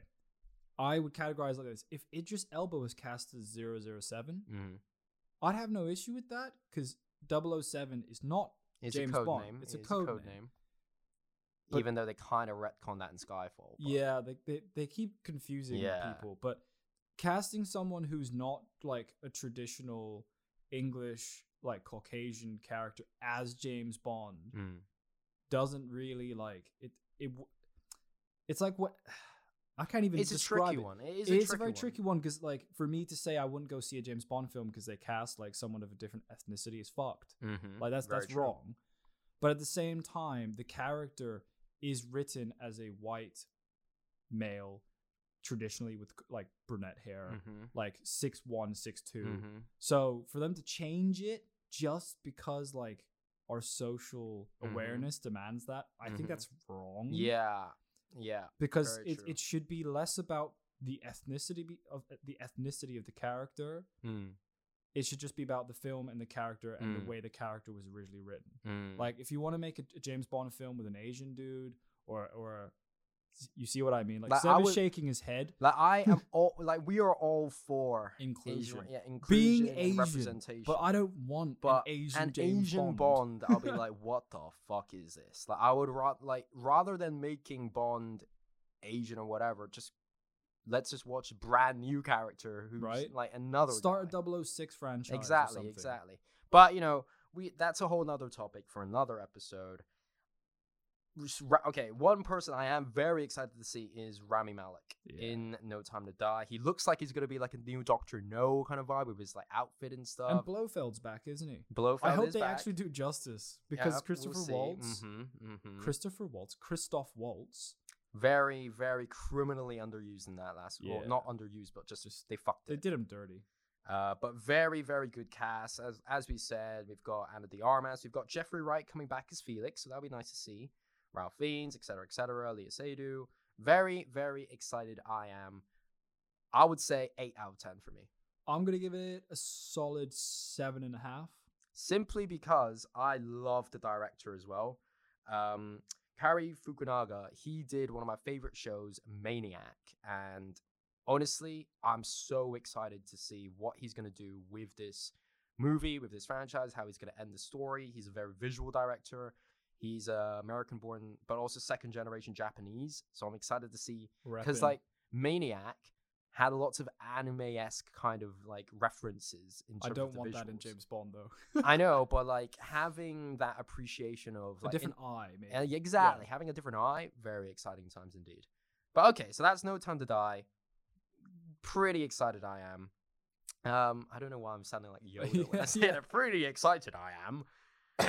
Speaker 2: I would categorize it like this: if Idris Elba was cast as 007,
Speaker 1: Mhm.
Speaker 2: I'd have no issue with that because 007 is not.
Speaker 1: It's
Speaker 2: James
Speaker 1: a code
Speaker 2: Bond.
Speaker 1: name.
Speaker 2: It's a
Speaker 1: It is
Speaker 2: code name. But-
Speaker 1: Even though they kind of retcon that in Skyfall. but-
Speaker 2: Yeah, they they, they keep confusing
Speaker 1: Yeah.
Speaker 2: people, but casting someone who's not like a traditional English like Caucasian character as James Bond
Speaker 1: Mm.
Speaker 2: doesn't really like it. It w- it's like what I can't even.
Speaker 1: It's a
Speaker 2: describe
Speaker 1: tricky
Speaker 2: it.
Speaker 1: one. It is
Speaker 2: It
Speaker 1: a
Speaker 2: is
Speaker 1: tricky
Speaker 2: a very
Speaker 1: one.
Speaker 2: tricky one because, like, for me to say I wouldn't go see a James Bond film because they cast like someone of a different ethnicity is fucked.
Speaker 1: Mhm.
Speaker 2: Like that's
Speaker 1: Very
Speaker 2: that's
Speaker 1: true.
Speaker 2: wrong. But at the same time, the character is written as a white male, traditionally with like brunette hair,
Speaker 1: Mhm.
Speaker 2: like six one, six two.
Speaker 1: Mhm.
Speaker 2: So for them to change it just because like our social
Speaker 1: Mhm.
Speaker 2: awareness demands that, I think
Speaker 1: Mhm.
Speaker 2: that's wrong.
Speaker 1: Yeah. Yeah.
Speaker 2: because
Speaker 1: very
Speaker 2: it,
Speaker 1: true.
Speaker 2: it should be less about the ethnicity be- of the ethnicity of the character.
Speaker 1: Mm.
Speaker 2: It should just be about the film and the character and
Speaker 1: Mm.
Speaker 2: the way the character was originally written.
Speaker 1: Mm.
Speaker 2: Like if you want to make a, a James Bond film with an Asian dude or or a, you see what I mean? Like,
Speaker 1: Like, I
Speaker 2: Seb is
Speaker 1: would-
Speaker 2: shaking his head.
Speaker 1: Like I am all like we are all for Asian-
Speaker 2: Inclusion.
Speaker 1: yeah,
Speaker 2: Being
Speaker 1: inclusion and
Speaker 2: Asian,
Speaker 1: representation.
Speaker 2: but I don't want
Speaker 1: But
Speaker 2: an Asian
Speaker 1: an
Speaker 2: James
Speaker 1: Asian
Speaker 2: Bond.
Speaker 1: Bond, I'll be like, what the fuck is this? Like, I would ra- like rather than making Bond Asian or whatever, just let's just watch a brand new character who's
Speaker 2: Right.
Speaker 1: like another
Speaker 2: Start
Speaker 1: guy.
Speaker 2: a 006 franchise. or
Speaker 1: exactly,
Speaker 2: something.
Speaker 1: exactly. But you know, we that's a whole nother topic for another episode. Just ra- Okay, one person I am very excited to see is Rami Malek
Speaker 2: Yeah.
Speaker 1: in No Time to Die. He looks like he's gonna be like a new Doctor No kind of vibe with his like outfit and stuff.
Speaker 2: And Blofeld's back, isn't he?
Speaker 1: Blofeld
Speaker 2: I hope
Speaker 1: is
Speaker 2: they
Speaker 1: back.
Speaker 2: actually do justice because Christopher Waltz,
Speaker 1: hmm
Speaker 2: Mm-hmm, Christopher Waltz, Christoph Waltz.
Speaker 1: very, very criminally underused in that last. Well,
Speaker 2: Yeah.
Speaker 1: not underused, but just,
Speaker 2: Just-
Speaker 1: they fucked
Speaker 2: They
Speaker 1: it.
Speaker 2: did him dirty.
Speaker 1: Uh, but very, very good cast. As as we said, we've got Anna de Armas, we've got Jeffrey Wright coming back as Felix, so that'll be nice to see. Ralph Fiennes, etc., etc. Leah Seydoux. Very, very excited. I am. I would say eight out of ten for me,
Speaker 2: I'm gonna give it a solid seven and a half.
Speaker 1: simply because I love the director as well. Um, Kari Fukunaga, he did one of my favorite shows, Maniac, and honestly, I'm so excited to see what he's going to do with this movie, with this franchise, how he's going to end the story. He's a very visual director. He's uh, American born, but also second generation Japanese. So I'm excited to see because
Speaker 2: Reppin'.
Speaker 1: like Maniac had lots of anime esque kind of like references. In
Speaker 2: I
Speaker 1: terms
Speaker 2: don't
Speaker 1: of the
Speaker 2: want that in
Speaker 1: visuals.
Speaker 2: James Bond though.
Speaker 1: I know, but like having that appreciation of
Speaker 2: A
Speaker 1: like, in-
Speaker 2: different eye, maybe.
Speaker 1: Uh, yeah, exactly. Having a different eye, very exciting times indeed. But okay, so that's No Time to Die. Pretty excited I am. Um, I don't know why I'm sounding like Yoda when I
Speaker 2: Yeah,
Speaker 1: say
Speaker 2: yeah.
Speaker 1: it. Pretty excited I am.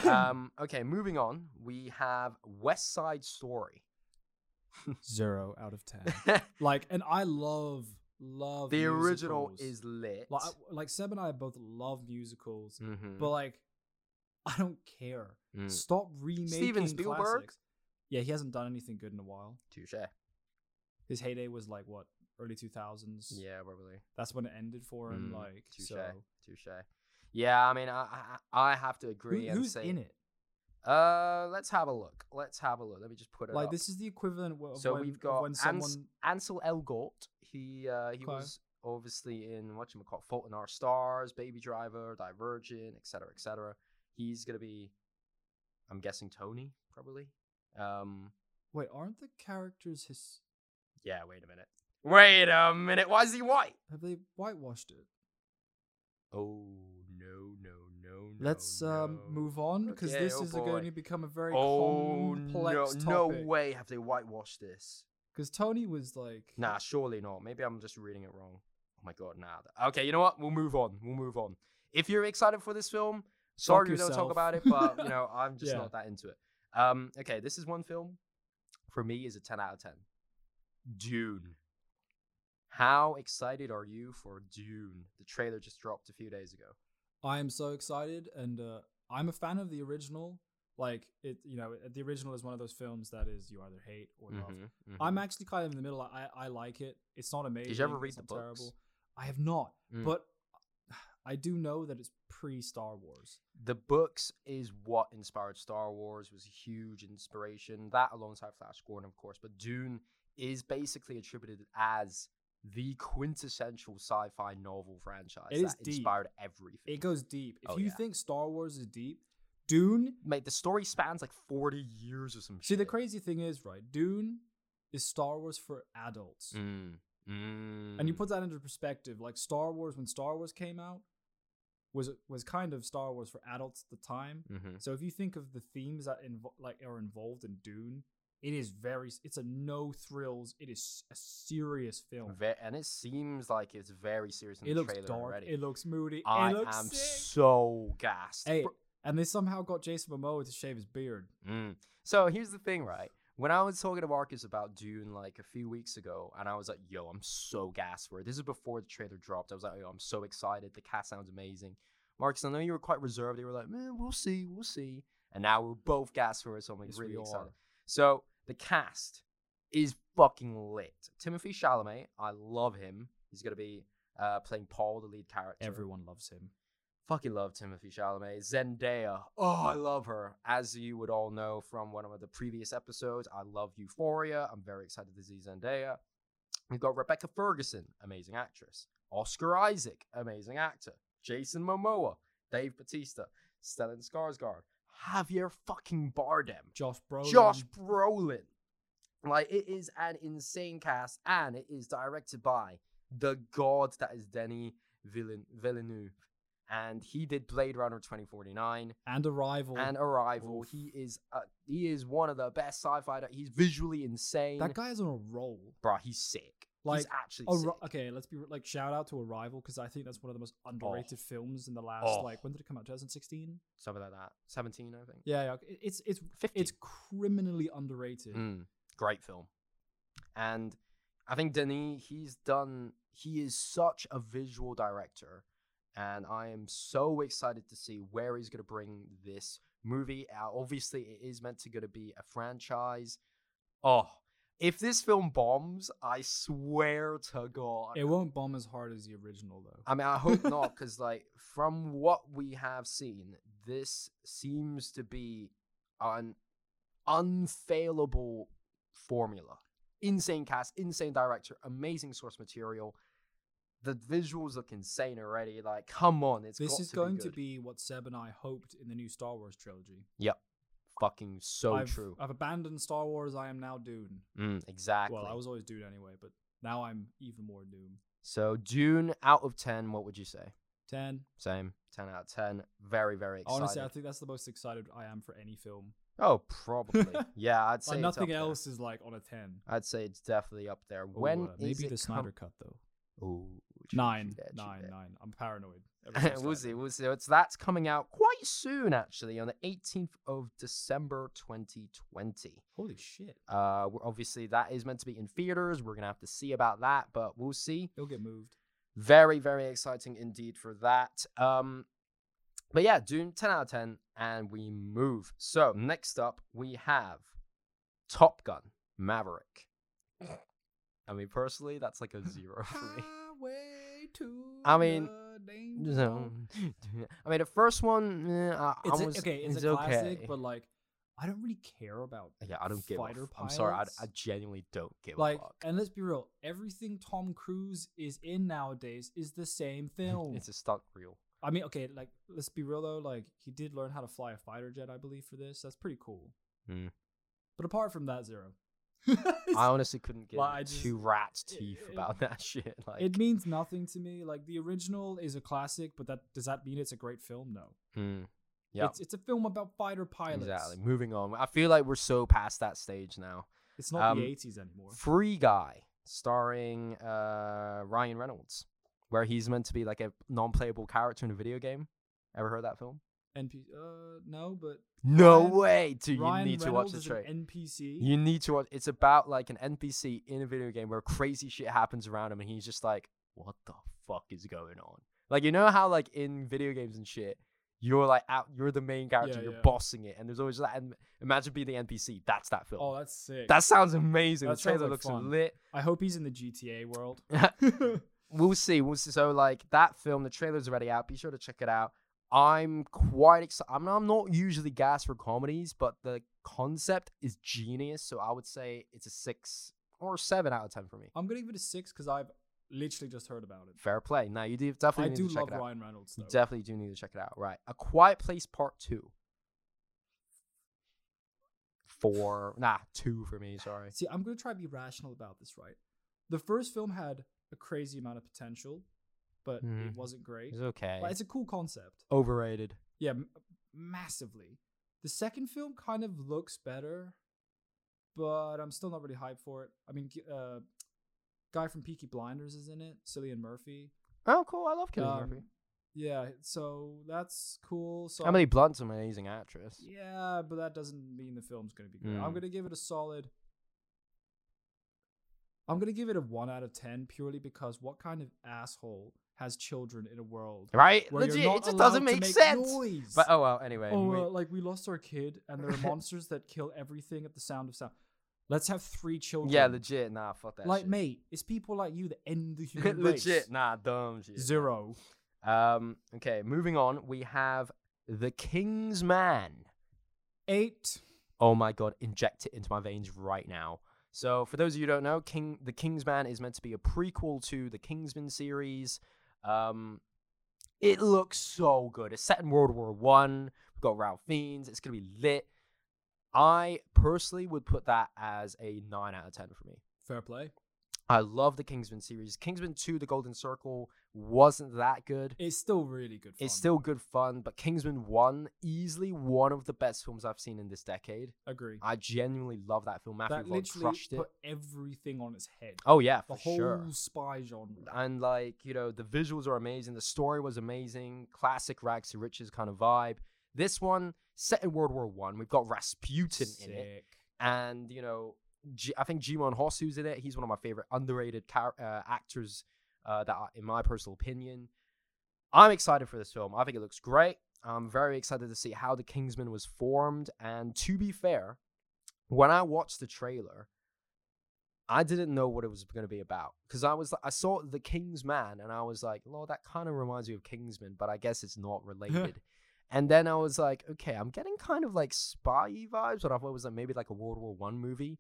Speaker 1: um, okay, moving on. We have West Side Story.
Speaker 2: Zero out of ten.
Speaker 1: the
Speaker 2: like, and I love love
Speaker 1: original
Speaker 2: musicals.
Speaker 1: is lit.
Speaker 2: like, I- like Seb and I both love musicals,
Speaker 1: Mhm,
Speaker 2: but like, I don't care.
Speaker 1: mm,
Speaker 2: Stop remaking
Speaker 1: Spielberg?
Speaker 2: classics. Yeah, he hasn't done anything good in a while.
Speaker 1: Touche.
Speaker 2: His heyday was like what early two thousands.
Speaker 1: Yeah, probably.
Speaker 2: that's when it ended for him.
Speaker 1: Mm,
Speaker 2: like,
Speaker 1: touche.
Speaker 2: so
Speaker 1: Touche. Yeah, I mean, I I, I have to
Speaker 2: Who-
Speaker 1: agree. and
Speaker 2: who's
Speaker 1: say,
Speaker 2: in it?
Speaker 1: Uh, let's have a look. Let's have a look. Let me just put it
Speaker 2: Like,
Speaker 1: up.
Speaker 2: this is the equivalent of
Speaker 1: So
Speaker 2: when,
Speaker 1: we've
Speaker 2: of
Speaker 1: got
Speaker 2: when someone.
Speaker 1: Ans- Ansel Elgort. He uh, he
Speaker 2: Okay.
Speaker 1: was obviously in what you call Fault in Our Stars, Baby Driver, Divergent, etc., etc. He's gonna be, I'm guessing Tony probably. Um,
Speaker 2: Wait, aren't the characters his?
Speaker 1: yeah. Wait a minute. Wait a minute. Why is he white?
Speaker 2: Have they whitewashed it?
Speaker 1: Oh no no no no.
Speaker 2: Let's um,
Speaker 1: no.
Speaker 2: move on because
Speaker 1: Okay,
Speaker 2: this
Speaker 1: oh
Speaker 2: is
Speaker 1: boy.
Speaker 2: going to become a very
Speaker 1: Oh no!
Speaker 2: complex
Speaker 1: No
Speaker 2: topic.
Speaker 1: way have they whitewashed this.
Speaker 2: Because Tony was like,
Speaker 1: Nah, surely not. Maybe I'm just reading it wrong. Oh my god, nah. Okay, you know what? We'll move on. We'll move on. If you're excited for this film, sorry we don't talk
Speaker 2: yourself.
Speaker 1: about it, but you know, I'm just
Speaker 2: Yeah.
Speaker 1: not that into it. Um, okay, this is one film for me is a 10 out of 10. Dune. How excited are you for Dune? The trailer just dropped a few days ago.
Speaker 2: I am so excited, and uh, I'm a fan of the original. Like it, you know, it- the original is one of those films that is you either hate or love.
Speaker 1: Mhm,
Speaker 2: I'm
Speaker 1: mhm.
Speaker 2: actually kind of in the middle. I I like it. It's not amazing.
Speaker 1: Did you ever read
Speaker 2: it's
Speaker 1: the
Speaker 2: not
Speaker 1: books?
Speaker 2: Terrible. I have not,
Speaker 1: Mm.
Speaker 2: but I do know that it's pre Star Wars.
Speaker 1: the books is what inspired Star Wars was a huge inspiration. That alongside Flash Gordon, of course, but Dune is basically attributed as the quintessential sci-fi novel franchise
Speaker 2: It is
Speaker 1: that
Speaker 2: deep.
Speaker 1: inspired everything.
Speaker 2: It goes deep. If
Speaker 1: Oh,
Speaker 2: you
Speaker 1: yeah.
Speaker 2: think Star Wars is deep, Dune
Speaker 1: Mate, the story spans like forty years or some
Speaker 2: See,
Speaker 1: shit.
Speaker 2: the crazy thing is, right? Dune is Star Wars for adults.
Speaker 1: Mm. Mm.
Speaker 2: And you put that into perspective, like Star Wars when Star Wars came out was was kind of Star Wars for adults at the time.
Speaker 1: Mhm.
Speaker 2: So if you think of the themes that invo- like are involved in Dune, it is very it's a no thrills, it is a serious film.
Speaker 1: Ve- and it seems like it's very serious in
Speaker 2: it
Speaker 1: the
Speaker 2: looks
Speaker 1: trailer
Speaker 2: dark,
Speaker 1: already.
Speaker 2: it looks moody,
Speaker 1: I
Speaker 2: it looks
Speaker 1: am
Speaker 2: sick.
Speaker 1: so gassed.
Speaker 2: Hey,
Speaker 1: Bro-
Speaker 2: and they somehow got Jason Momoa to shave his beard.
Speaker 1: Mm. So here's the thing, right? When I was talking to Marcus about Dune like a few weeks ago, and I was like, yo, I'm so gassed for it. This is before the trailer dropped. I was like, yo, I'm so excited. The cast sounds amazing. Marcus, I know you were quite reserved. You were like, man, we'll see, we'll see. And now we're both gassed for it, so I'm like
Speaker 2: Yes,
Speaker 1: really
Speaker 2: we
Speaker 1: excited.
Speaker 2: are.
Speaker 1: So the cast is fucking lit. Timothy Chalamet, I love him. He's gonna be uh, playing Paul, the lead character.
Speaker 2: Everyone loves him.
Speaker 1: Fucking love Timothy Chalamet. Zendaya. Oh, I love her. As you would all know from one of the previous episodes, I love Euphoria. I'm very excited to see Zendaya. We've got Rebecca Ferguson, amazing actress. Oscar Isaac, amazing actor. Jason Momoa, Dave Batista, Stellan Skarsgård, Javier fucking Bardem.
Speaker 2: Josh Brolin.
Speaker 1: Josh Brolin. Like it is an insane cast, and it is directed by the god that is Denny Villen- Villeneuve, and he did Blade Runner 2049
Speaker 2: and Arrival.
Speaker 1: and Arrival.
Speaker 2: Oh, Oof.
Speaker 1: He is uh, he is one of the best sci-fi. That, he's visually insane,
Speaker 2: That guy is on a roll.
Speaker 1: Bruh, He's sick.
Speaker 2: Like,
Speaker 1: he's actually
Speaker 2: Arri-
Speaker 1: sick.
Speaker 2: okay, let's be like shout out to Arrival because I think that's one of the most underrated films in the last
Speaker 1: Oh.
Speaker 2: like when did it come out? 2016.
Speaker 1: Something like that. 17, I think.
Speaker 2: Yeah, yeah. it- It's it's
Speaker 1: 15.
Speaker 2: it's criminally underrated.
Speaker 1: Mm, great film. And I think Denis, he's done, he is such a visual director. And I am so excited to see where he's going to bring this movie out. Obviously, it is meant to going to be a franchise. Oh, if this film bombs, I swear to God.
Speaker 2: It won't bomb as hard as the original though.
Speaker 1: I mean, I hope not, because like from what we have seen, this seems to be an unfailable formula. Insane cast, insane director, amazing source material. The visuals look insane already. Like, come on, it's
Speaker 2: this
Speaker 1: got
Speaker 2: is
Speaker 1: to
Speaker 2: going
Speaker 1: be
Speaker 2: to
Speaker 1: good.
Speaker 2: be what Seb and I hoped in the new Star Wars trilogy.
Speaker 1: fucking so
Speaker 2: I've,
Speaker 1: true.
Speaker 2: I've abandoned Star Wars. I am now Dune.
Speaker 1: Mm, exactly.
Speaker 2: Well, I was always Dune anyway, but now I'm even more Doom.
Speaker 1: So Dune out of ten, what would you say?
Speaker 2: Ten.
Speaker 1: Same, ten out of ten. Very very excited.
Speaker 2: Honestly, I think that's the most excited I am for any film.
Speaker 1: oh, probably. yeah, I'd say
Speaker 2: Like
Speaker 1: it's up
Speaker 2: nothing
Speaker 1: there.
Speaker 2: else is like on a ten.
Speaker 1: I'd say it's definitely up there.
Speaker 2: Ooh,
Speaker 1: When
Speaker 2: uh,
Speaker 1: is
Speaker 2: maybe
Speaker 1: it
Speaker 2: the
Speaker 1: com-
Speaker 2: Snyder cut though.
Speaker 1: Ooh, shoot,
Speaker 2: Nine,
Speaker 1: shoot that, shoot
Speaker 2: nine,
Speaker 1: that.
Speaker 2: nine. I'm paranoid. ever since
Speaker 1: we'll
Speaker 2: Snyder.
Speaker 1: see, we'll see. It's that's coming out quite soon, actually, on the 18th of December 2020.
Speaker 2: Holy shit!
Speaker 1: Uh, we're- obviously that is meant to be in theaters. We're gonna have to see about that, but we'll see.
Speaker 2: It'll get moved.
Speaker 1: Very, very exciting indeed for that. Um, but yeah, Dune 10 out of 10, and we move. So next up we have Top Gun Maverick. I mean, personally, that's like a zero for me.
Speaker 2: Highway to
Speaker 1: I mean,
Speaker 2: the danger
Speaker 1: So,
Speaker 2: zone.
Speaker 1: I mean, the first one, eh, I, I
Speaker 2: it's a-
Speaker 1: was-
Speaker 2: okay. It's, a classic, but like, I don't really care about.
Speaker 1: yeah, I don't give. A
Speaker 2: fighter
Speaker 1: f- I'm sorry, I,
Speaker 2: pilots.
Speaker 1: I genuinely don't give
Speaker 2: Like, eh,
Speaker 1: a fuck.
Speaker 2: and let's be real. Everything Tom Cruise is in nowadays is the same film.
Speaker 1: It's a stunt reel.
Speaker 2: I mean, okay, like let's be real though. Like he did learn how to fly a fighter jet, I believe, for this. That's pretty cool.
Speaker 1: Mm.
Speaker 2: But apart from that, zero.
Speaker 1: I honestly couldn't give
Speaker 2: Like, I just-
Speaker 1: two rat's
Speaker 2: it-
Speaker 1: teeth
Speaker 2: it-
Speaker 1: about that shit. Like,
Speaker 2: it means nothing to me. Like the original is a classic, but that does that mean it's a great film? No.
Speaker 1: mm, Yeah.
Speaker 2: It's it's a film about fighter pilots.
Speaker 1: exactly. Moving on. I feel like we're so past that stage now.
Speaker 2: It's not
Speaker 1: Um,
Speaker 2: the eighties anymore.
Speaker 1: Free Guy, starring uh, Ryan Reynolds, where he's meant to be like a non-playable character in a video game. Ever heard that film?
Speaker 2: NP uh no, but
Speaker 1: No
Speaker 2: Ryan-
Speaker 1: way, dude!
Speaker 2: Ryan
Speaker 1: you need
Speaker 2: Reynolds
Speaker 1: to watch
Speaker 2: is
Speaker 1: the trailer.
Speaker 2: an NPC.
Speaker 1: You need to watch. It's about like an NPC in a video game where crazy shit happens around him, and he's just like, "What the fuck is going on?" Like you know how like in video games and shit, you're like out, you're the main character,
Speaker 2: Yeah,
Speaker 1: you're
Speaker 2: yeah.
Speaker 1: bossing it, and there's always that. And imagine being the NPC. That's that film.
Speaker 2: oh, that's sick.
Speaker 1: that sounds amazing.
Speaker 2: That
Speaker 1: the
Speaker 2: sounds
Speaker 1: trailer
Speaker 2: like
Speaker 1: looks
Speaker 2: fun.
Speaker 1: lit.
Speaker 2: I hope he's in the GTA world.
Speaker 1: We'll see. We'll see. So like that film, the trailer's already out. Be sure to check it out. I'm quite excited. I'm, I'm not usually gassed for comedies, but the concept is genius. So I would say it's a six or a seven out of ten for me.
Speaker 2: I'm gonna give it a six because I've literally just heard about it.
Speaker 1: Fair play. Now you do
Speaker 2: I
Speaker 1: definitely need
Speaker 2: do
Speaker 1: to check
Speaker 2: love
Speaker 1: it out.
Speaker 2: Ryan Reynolds
Speaker 1: You
Speaker 2: though.
Speaker 1: definitely do need to check it out. Right, A Quiet Place Part Two. Four, nah, two for me. Sorry.
Speaker 2: See, I'm going to try to be rational about this, right? The first film had a crazy amount of potential, but
Speaker 1: Mhm.
Speaker 2: it wasn't great.
Speaker 1: It's okay.
Speaker 2: Like, it's a cool concept.
Speaker 1: Overrated.
Speaker 2: Yeah, m- massively. The second film kind of looks better, but I'm still not really hyped for it. I mean, g- uh, guy from Peaky Blinders is in it, Cillian Murphy.
Speaker 1: Oh, cool. I love Killian
Speaker 2: Um,
Speaker 1: Murphy.
Speaker 2: Yeah, so that's cool. So
Speaker 1: Emily Blunt's an amazing actress.
Speaker 2: Yeah, but that doesn't mean the film's going to be good. I'm
Speaker 1: Mm.
Speaker 2: going to give it a solid. I'm going to give it a 1 out of 10 purely because what kind of asshole has children in a world
Speaker 1: Right?
Speaker 2: where
Speaker 1: Legit.
Speaker 2: you're not
Speaker 1: It just
Speaker 2: allowed
Speaker 1: doesn't
Speaker 2: to
Speaker 1: make,
Speaker 2: make
Speaker 1: sense.
Speaker 2: noise?
Speaker 1: But oh well. Anyway,
Speaker 2: oh,
Speaker 1: we-
Speaker 2: uh, like we lost our kid and there are monsters that kill everything at the sound of sound. Let's have three children.
Speaker 1: yeah, legit. Nah, fuck that.
Speaker 2: Like
Speaker 1: shit.
Speaker 2: mate, it's people like you that end the human race.
Speaker 1: legit. Nah, dumb shit.
Speaker 2: Zero.
Speaker 1: Um. Okay, moving on. We have the King's Man.
Speaker 2: Eight.
Speaker 1: Oh my god, inject it into my veins right now. So, for those of you who don't know, King the King's Man is meant to be a prequel to the Kingsman series. Um, it looks so good. It's set in World War One. We've got Ralph Fiennes. It's gonna be lit. I personally would put that as a nine out of ten for me.
Speaker 2: Fair play.
Speaker 1: I love the Kingsman series. Kingsman 2, The Golden Circle, wasn't that good.
Speaker 2: It's still really good. Fun.
Speaker 1: It's still good fun, but Kingsman 1, easily one of the best films I've seen in this decade.
Speaker 2: agree.
Speaker 1: I genuinely love that film. Matthew
Speaker 2: that
Speaker 1: Vaughn
Speaker 2: literally
Speaker 1: crushed it.
Speaker 2: put everything on its head.
Speaker 1: Oh, yeah, for
Speaker 2: the whole
Speaker 1: sure.
Speaker 2: spy genre.
Speaker 1: And, like, you know, the visuals are amazing. The story was amazing. Classic rags to riches kind of vibe. This one, set in World War One, we've got Rasputin in it.
Speaker 2: Sick.
Speaker 1: and you know, G- I think Jimon Hosu's in it. He's one of my favorite underrated char- uh, actors uh, that, are, in my personal opinion, I'm excited for this film. I think it looks great. I'm very excited to see how the Kingsman was formed. And to be fair, when I watched the trailer, I didn't know what it was going to be about because I was I saw the King's Man and I was like, "Lord, that kind of reminds me of Kingsman, but I guess it's not related." and then I was like, "Okay, I'm getting kind of like spy vibes," but I thought it was like maybe like a World War One movie.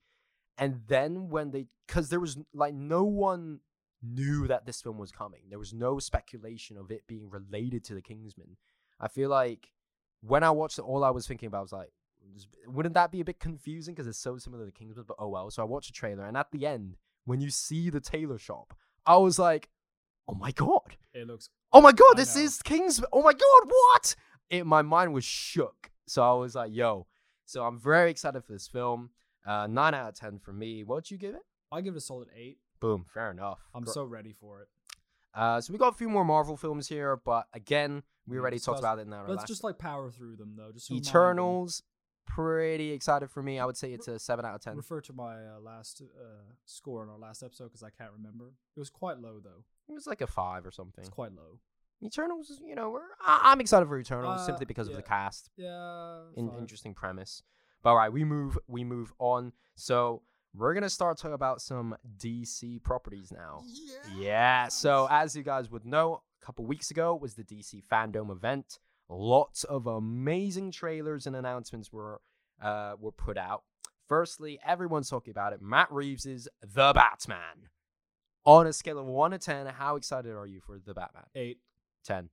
Speaker 1: And then when they, because there was like no one knew that this film was coming. There was no speculation of it being related to the Kingsman. I feel like when I watched it, all I was thinking about was like, "This- wouldn't that be a bit confusing because it's so similar to Kingsman? But oh well. So I watched the trailer, and at the end, when you see the tailor shop, I was like, oh my god,
Speaker 2: It looks
Speaker 1: oh my god,
Speaker 2: I
Speaker 1: this
Speaker 2: know.
Speaker 1: is Kingsman. Oh my god, what? It, my mind was shook. So I was like, yo. So I'm very excited for this film. Uh, nine out of ten for me. What'd you give it?
Speaker 2: I give it a solid eight.
Speaker 1: Boom. Fair enough.
Speaker 2: I'm
Speaker 1: Gr-
Speaker 2: so ready for it.
Speaker 1: Uh, so we got a few more Marvel films here, but again, we
Speaker 2: Yeah,
Speaker 1: already
Speaker 2: let's-
Speaker 1: talked
Speaker 2: let's-
Speaker 1: about it in our
Speaker 2: Let's
Speaker 1: last.
Speaker 2: just like power through them though. Just remind them.
Speaker 1: Eternals, pretty excited for me. I would say it's a seven out of ten.
Speaker 2: Refer to my uh, last uh, score in our last episode because I can't remember. It was quite low though.
Speaker 1: It was like a five or something.
Speaker 2: It's quite low.
Speaker 1: Eternals, is, you know, we're, I- I'm excited for Eternals
Speaker 2: Uh,
Speaker 1: simply because of the
Speaker 2: yeah.
Speaker 1: cast.
Speaker 2: Yeah.
Speaker 1: In-
Speaker 2: five.
Speaker 1: interesting premise. But all right, we move, we move on. So we're gonna start talking about some DC properties now. Yeah. So as you guys would know, a couple weeks ago was the DC fandom event. Lots of amazing trailers and announcements were uh, were put out. Firstly, everyone's talking about it. Matt Reeves is the Batman. On a scale of one to ten, how excited are you for the Batman?
Speaker 2: eight.
Speaker 1: Ten.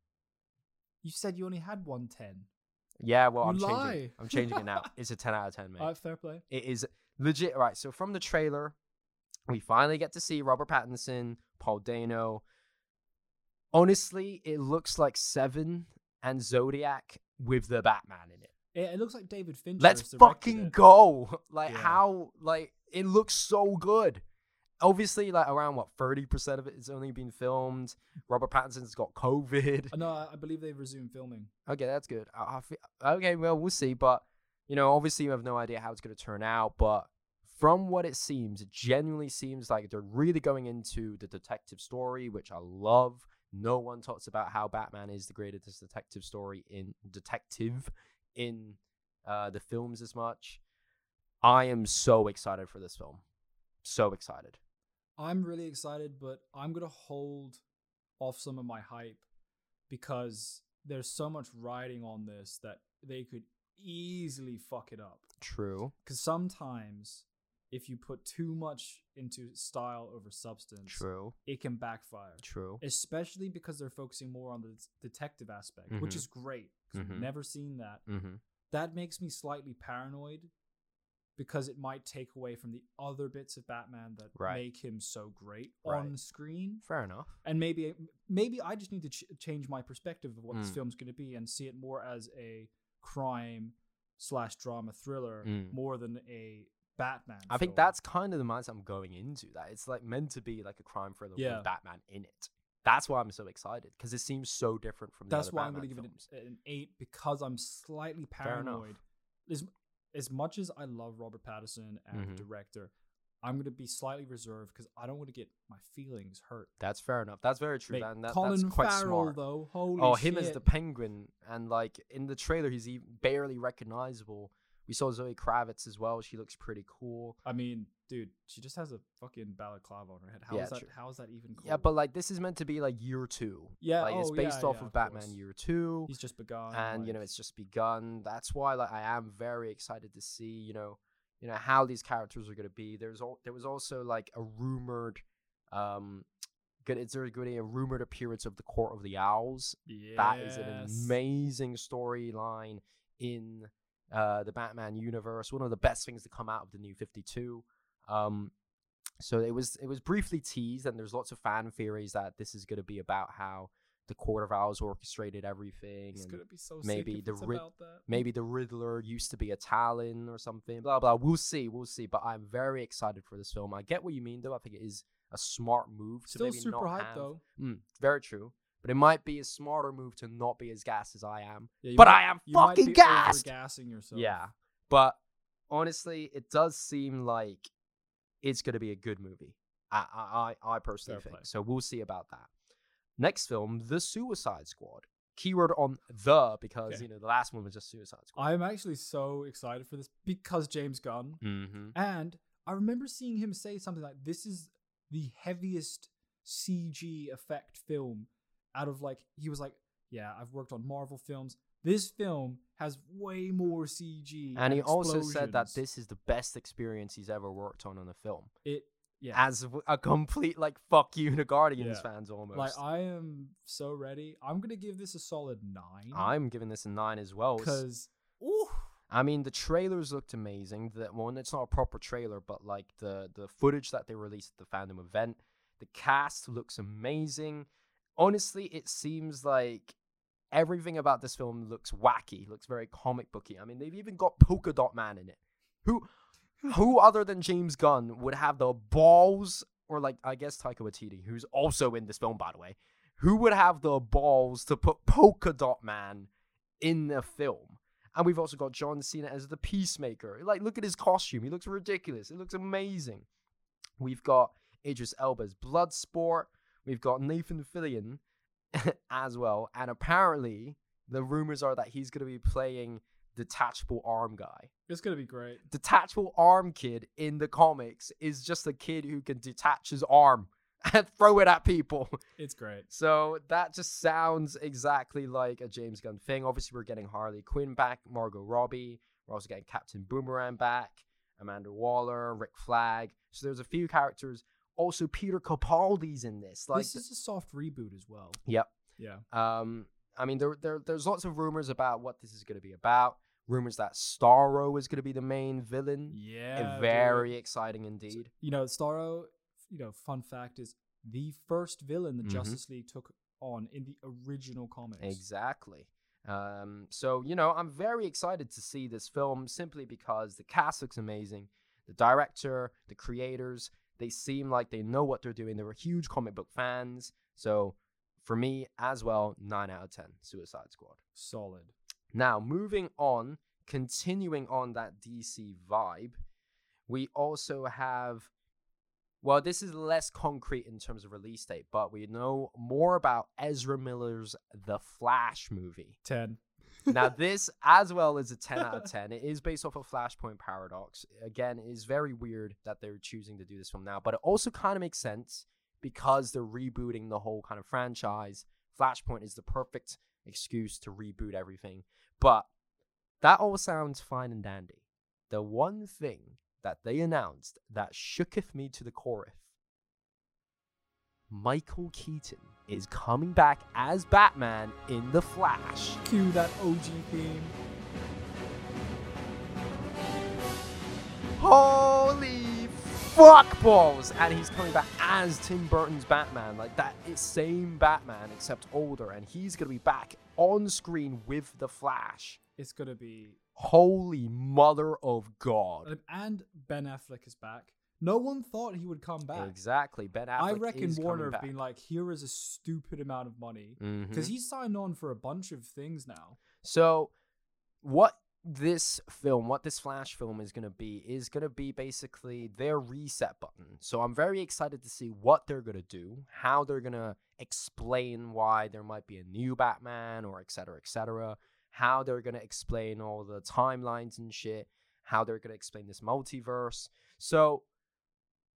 Speaker 2: You said you only had one ten.
Speaker 1: Yeah, well,
Speaker 2: You
Speaker 1: I'm
Speaker 2: lie.
Speaker 1: changing. I'm changing it now. It's a ten out of ten, mate.
Speaker 2: Uh, fair play.
Speaker 1: It is legit. Right. So from the trailer, we finally get to see Robert Pattinson, Paul Dano. Honestly, it looks like Seven and Zodiac with the Batman in it.
Speaker 2: It, it looks like David Fincher.
Speaker 1: Let's
Speaker 2: has directed
Speaker 1: fucking
Speaker 2: it.
Speaker 1: go! Like
Speaker 2: Yeah.
Speaker 1: how? Like it looks so good. Obviously, like around what thirty percent of it has only been filmed. Robert Pattinson's got COVID.
Speaker 2: Uh, no, I, I believe they've resumed filming.
Speaker 1: Okay, that's good. I, I feel, okay, well, we'll see. But, you know, obviously, you have no idea how it's going to turn out. But from what it seems, it genuinely seems like they're really going into the detective story, which I love. No one talks about how Batman is the greatest detective story in detective in uh, the films as much. I am so excited for this film. So excited.
Speaker 2: I'm really excited, but I'm gonna hold off some of my hype because there's so much riding on this that they could easily fuck it up.
Speaker 1: True.
Speaker 2: Because sometimes, if you put too much into style over substance,
Speaker 1: True.
Speaker 2: it can backfire.
Speaker 1: True.
Speaker 2: Especially because they're focusing more on the s- detective aspect, which
Speaker 1: Mhm.
Speaker 2: is great. 'cause
Speaker 1: Mhm.
Speaker 2: We've never seen that.
Speaker 1: Mm-hmm.
Speaker 2: That makes me slightly paranoid because it might take away from the other bits of Batman that
Speaker 1: Right.
Speaker 2: make him so great
Speaker 1: Right.
Speaker 2: on screen.
Speaker 1: Fair enough.
Speaker 2: And maybe maybe I just need to ch- change my perspective of what this
Speaker 1: Mm.
Speaker 2: film's going to be and see it more as a crime slash drama thriller
Speaker 1: Mm.
Speaker 2: more than a Batman.
Speaker 1: I think
Speaker 2: film.
Speaker 1: that's kind of the mindset I'm going into. That it's like meant to be like a crime thriller
Speaker 2: Yeah.
Speaker 1: with Batman in it. That's why I'm so excited because it seems so different from the
Speaker 2: that's
Speaker 1: other
Speaker 2: why I'm
Speaker 1: Batman
Speaker 2: going to give
Speaker 1: films.
Speaker 2: it an, an eight because I'm slightly
Speaker 1: Fair enough.
Speaker 2: paranoid. As as much as I love Robert Pattinson and
Speaker 1: Mhm.
Speaker 2: director, I'm going to be slightly reserved because I don't want to get my feelings hurt.
Speaker 1: That's fair enough. That's very true.
Speaker 2: Mate,
Speaker 1: and that,
Speaker 2: Colin
Speaker 1: that's quite
Speaker 2: Farrell
Speaker 1: smart.
Speaker 2: though, holy
Speaker 1: oh, him as
Speaker 2: shit.
Speaker 1: the penguin, and like in the trailer, he's even barely recognizable. We saw Zoe Kravitz as well. She looks pretty cool.
Speaker 2: I mean, dude, she just has a fucking balaclava on her head. How is
Speaker 1: Yeah,
Speaker 2: that?
Speaker 1: true.
Speaker 2: How is that even? Cool?
Speaker 1: Yeah, but like this is meant to be like year two.
Speaker 2: Yeah,
Speaker 1: like it's
Speaker 2: oh,
Speaker 1: based
Speaker 2: yeah,
Speaker 1: off
Speaker 2: yeah,
Speaker 1: of,
Speaker 2: of
Speaker 1: Batman
Speaker 2: course.
Speaker 1: Year Two.
Speaker 2: he's just begun,
Speaker 1: and you know
Speaker 2: like-
Speaker 1: it's just begun that's why like i am very excited to see you know you know how these characters are going to be there's all there was also like a rumored um good is there going to be a rumored appearance of the court of the owls that is an
Speaker 2: Yes.
Speaker 1: amazing storyline in uh the batman universe one of the best things to come out of the new 52 um so it was it was briefly teased and there's lots of fan theories that this is going to be about how the court of owls orchestrated everything
Speaker 2: It's
Speaker 1: and
Speaker 2: gonna be so
Speaker 1: maybe
Speaker 2: sick if
Speaker 1: the
Speaker 2: it's
Speaker 1: ri-
Speaker 2: about that.
Speaker 1: maybe the Riddler used to be a Talon or something. Blah blah. We'll see. We'll see. But I'm very excited for this film. I get what you mean though. I think it is a smart move to
Speaker 2: Still
Speaker 1: maybe
Speaker 2: super
Speaker 1: not
Speaker 2: hype
Speaker 1: have-
Speaker 2: though.
Speaker 1: Mm, very true. But it might be a smarter move to not be as gassed as I am.
Speaker 2: Yeah, you
Speaker 1: but
Speaker 2: might-
Speaker 1: I am
Speaker 2: you might
Speaker 1: fucking
Speaker 2: be
Speaker 1: gassed.
Speaker 2: overgassing yourself.
Speaker 1: Yeah. But honestly, it does seem like it's going to be a good movie. I I I, I personally
Speaker 2: Fair
Speaker 1: think
Speaker 2: play.
Speaker 1: so. We'll see about that. Next film, The Suicide Squad. Keyword on the because
Speaker 2: Okay.
Speaker 1: you know the last one was just Suicide Squad.
Speaker 2: I'm actually so excited for this because James Gunn.
Speaker 1: mm-hmm.
Speaker 2: And I remember seeing him say something like, "This is the heaviest CG effect film out of like." He was like, "Yeah, I've worked on Marvel films. This film has way more CG."
Speaker 1: And he also said that
Speaker 2: explosions."
Speaker 1: this is the best experience he's ever worked on on a film.
Speaker 2: it yeah.
Speaker 1: As w- a complete, like, fuck you to Guardians
Speaker 2: Yeah.
Speaker 1: fans almost.
Speaker 2: Like I am so ready. I'm gonna give this a solid nine.
Speaker 1: I'm giving this a nine as well. S-
Speaker 2: because ooh,
Speaker 1: I mean, the trailers looked amazing. The one, it's not a proper trailer, but like the the footage that they released at the fandom event, the cast looks amazing. honestly, it seems like everything about this film looks wacky, looks very comic booky. I mean, they've even got Polka Dot Man in it. Who, who other than James Gunn would have the balls, or like I guess Taika Waititi, who's also in this film, by the way, who would have the balls to put Polka Dot Man in the film? And we've also got John Cena as the Peacemaker. Like, look at his costume; he looks ridiculous. It looks amazing. We've got Idris Elba's Bloodsport. We've got Nathan Fillion as well. And apparently, the rumors are that he's going to be playing Detachable Arm Guy.
Speaker 2: It's gonna be great.
Speaker 1: Detachable Arm Kid in the comics is just a kid who can detach his arm and throw it at people.
Speaker 2: It's great.
Speaker 1: So that just sounds exactly like a James Gunn thing. Obviously, we're getting Harley Quinn back, Margot Robbie. We're also getting Captain Boomerang back, Amanda Waller, Rick Flag. So there's a few characters. Also, Peter Capaldi's in this. Like,
Speaker 2: this is a soft reboot as well.
Speaker 1: yep.
Speaker 2: Yeah.
Speaker 1: Um, I mean, there, there there's lots of rumors about what this is going to be about. Rumors that Starro is going to be the main villain.
Speaker 2: Yeah. dude.
Speaker 1: Very exciting indeed.
Speaker 2: You know, Starro. You know, fun fact is the first villain the
Speaker 1: Mhm.
Speaker 2: Justice League took on in the original comics.
Speaker 1: Exactly. Um, so you know, I'm very excited to see this film simply because the cast looks amazing. The director, the creators, they seem like they know what they're doing. They were huge comic book fans. So for me as well, nine out of ten. Suicide Squad.
Speaker 2: Solid.
Speaker 1: Now, moving on, continuing on that DC vibe, we also have. Well, this is less concrete in terms of release date, but we know more about Ezra Miller's The Flash movie.
Speaker 2: Ten.
Speaker 1: Now, this, as well, is a 10 out of 10. It is based off of Flashpoint Paradox. Again, it is very weird that they're choosing to do this film now, but it also kind of makes sense because they're rebooting the whole kind of franchise. Flashpoint is the perfect excuse to reboot everything. But that all sounds fine and dandy. The one thing that they announced that shooketh me to the chorus Michael Keaton is coming back as Batman in The Flash.
Speaker 2: Cue that OG theme.
Speaker 1: Holy fuck balls! And he's coming back as Tim Burton's Batman, like that is same Batman except older, and he's gonna be back on screen with the Flash.
Speaker 2: It's gonna be
Speaker 1: Holy mother of God!
Speaker 2: and- and Ben Affleck is back. No one thought he would come back.
Speaker 1: Exactly, Ben Affleck.
Speaker 2: I reckon
Speaker 1: is
Speaker 2: Warner
Speaker 1: coming
Speaker 2: have
Speaker 1: back.
Speaker 2: been like, here is a stupid amount of money
Speaker 1: Mhm.
Speaker 2: because he's signed on for a bunch of things now.
Speaker 1: So, what this film, what this Flash film is going to be, is going to be basically their reset button. So, I'm very excited to see what they're going to do, how they're going to explain why there might be a new Batman or et cetera, et cetera, how they're going to explain all the timelines and shit, how they're going to explain this multiverse. So,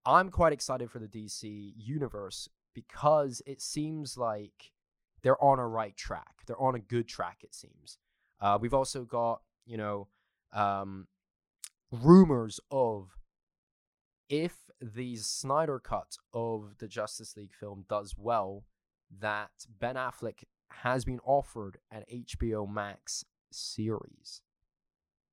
Speaker 1: I'm quite excited for the DC universe because it seems like they're on a right track. They're on a good track, it seems. Uh, we've also got, you know, um, rumors of if the Snyder cut of the Justice League film does well, that Ben Affleck has been offered an HBO Max series.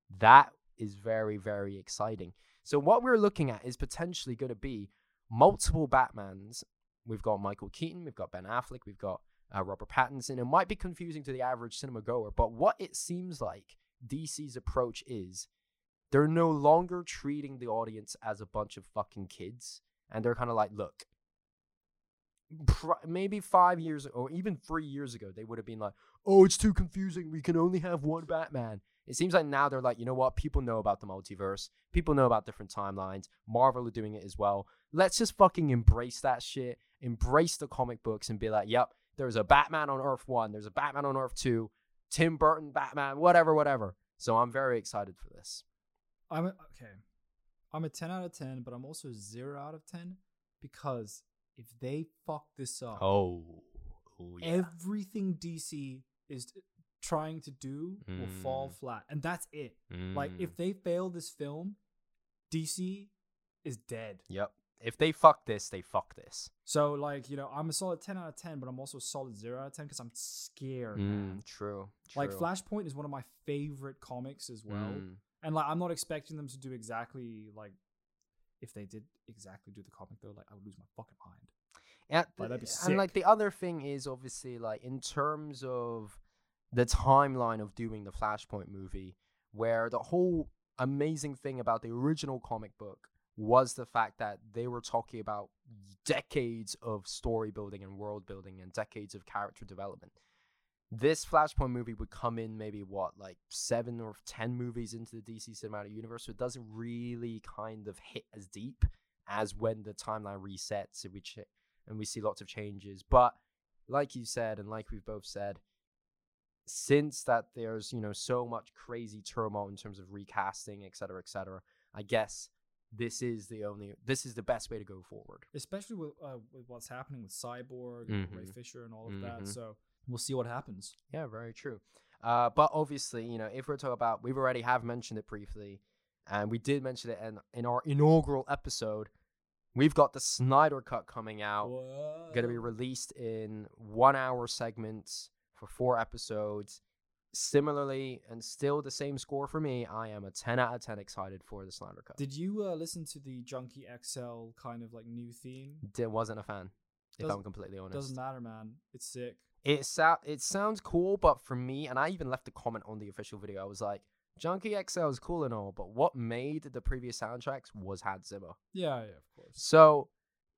Speaker 1: That is very, very exciting. So, what we're looking at is potentially going to be multiple Batmans. We've got Michael Keaton, we've got Ben Affleck, we've got uh, Robert Pattinson. It might be confusing to the average cinema goer, but what it seems like DC's approach is they're no longer treating the audience as a bunch of fucking kids. And they're kind of like, look, pr- maybe five years or even three years ago, they would have been like, oh, it's too confusing. We can only have one Batman. It seems like now they're like, you know what? People know about the multiverse. People know about different timelines. Marvel are doing it as well. Let's just fucking embrace that shit, embrace the comic books, and be like, yep, there's a Batman on Earth 1, there's a Batman on Earth 2, Tim Burton, Batman, whatever, whatever. So I'm very excited for this.
Speaker 2: I'm a, okay. I'm a 10 out of 10, but I'm also 0 out of 10 because if they fuck this up,
Speaker 1: Oh. oh
Speaker 2: everything DC is t- trying to do will fall
Speaker 1: Mm.
Speaker 2: flat. And that's it. Like, if they fail this film, DC is dead.
Speaker 1: Yep. If they fuck this, they fuck this.
Speaker 2: So, like, you know, I'm a solid 10 out of 10, but I'm also a solid 0 out of 10 because I'm scared. man.
Speaker 1: Mm, true, Mm.
Speaker 2: Like, Flashpoint is one of my favorite comics as well. And like, I'm not expecting them to do exactly like if they did exactly do the comic though. Like, I would lose my fucking mind.
Speaker 1: Yeah,
Speaker 2: Like,
Speaker 1: th-
Speaker 2: that'd be
Speaker 1: and like the other thing is obviously like in terms of the timeline of doing the Flashpoint movie, where the whole amazing thing about the original comic book was the fact that they were talking about decades of story building and world building and decades of character development. This Flashpoint movie would come in maybe what like seven or ten movies into the DC cinematic universe, so it doesn't really kind of hit as deep as when the timeline resets, which and we see lots of changes. But like you said, and like we've both said, since that there's you know so much crazy turmoil in terms of recasting, et cetera, et cetera, I guess this is the only this is the best way to go forward.
Speaker 2: especially with, uh, with what's happening with Cyborg and Ray
Speaker 1: Mhm.
Speaker 2: Fisher and all of
Speaker 1: Mhm.
Speaker 2: that. So we'll see what happens.
Speaker 1: Yeah, very true. Uh, but obviously, you know, if we're talking about, we've already have mentioned it briefly, and we did mention it in, in our inaugural episode. We've got the Snyder cut coming out. going to be
Speaker 2: Whoa.
Speaker 1: released in one hour segments for four episodes. Similarly, and still the same score for me, I am a 10 out of 10 excited for the Snyder Cut.
Speaker 2: Did you uh, listen to the Junkie XL kind of like new theme?
Speaker 1: Di- wasn't a fan, if
Speaker 2: Doesn't-
Speaker 1: I'm completely honest.
Speaker 2: Doesn't matter, man. It's sick.
Speaker 1: It, sou- it sounds cool, but for me, and I even left a comment on the official video, I was like, Junkie XL is cool and all, but what made the previous soundtracks was Hans Zimmer.
Speaker 2: Yeah, yeah, of course.
Speaker 1: So,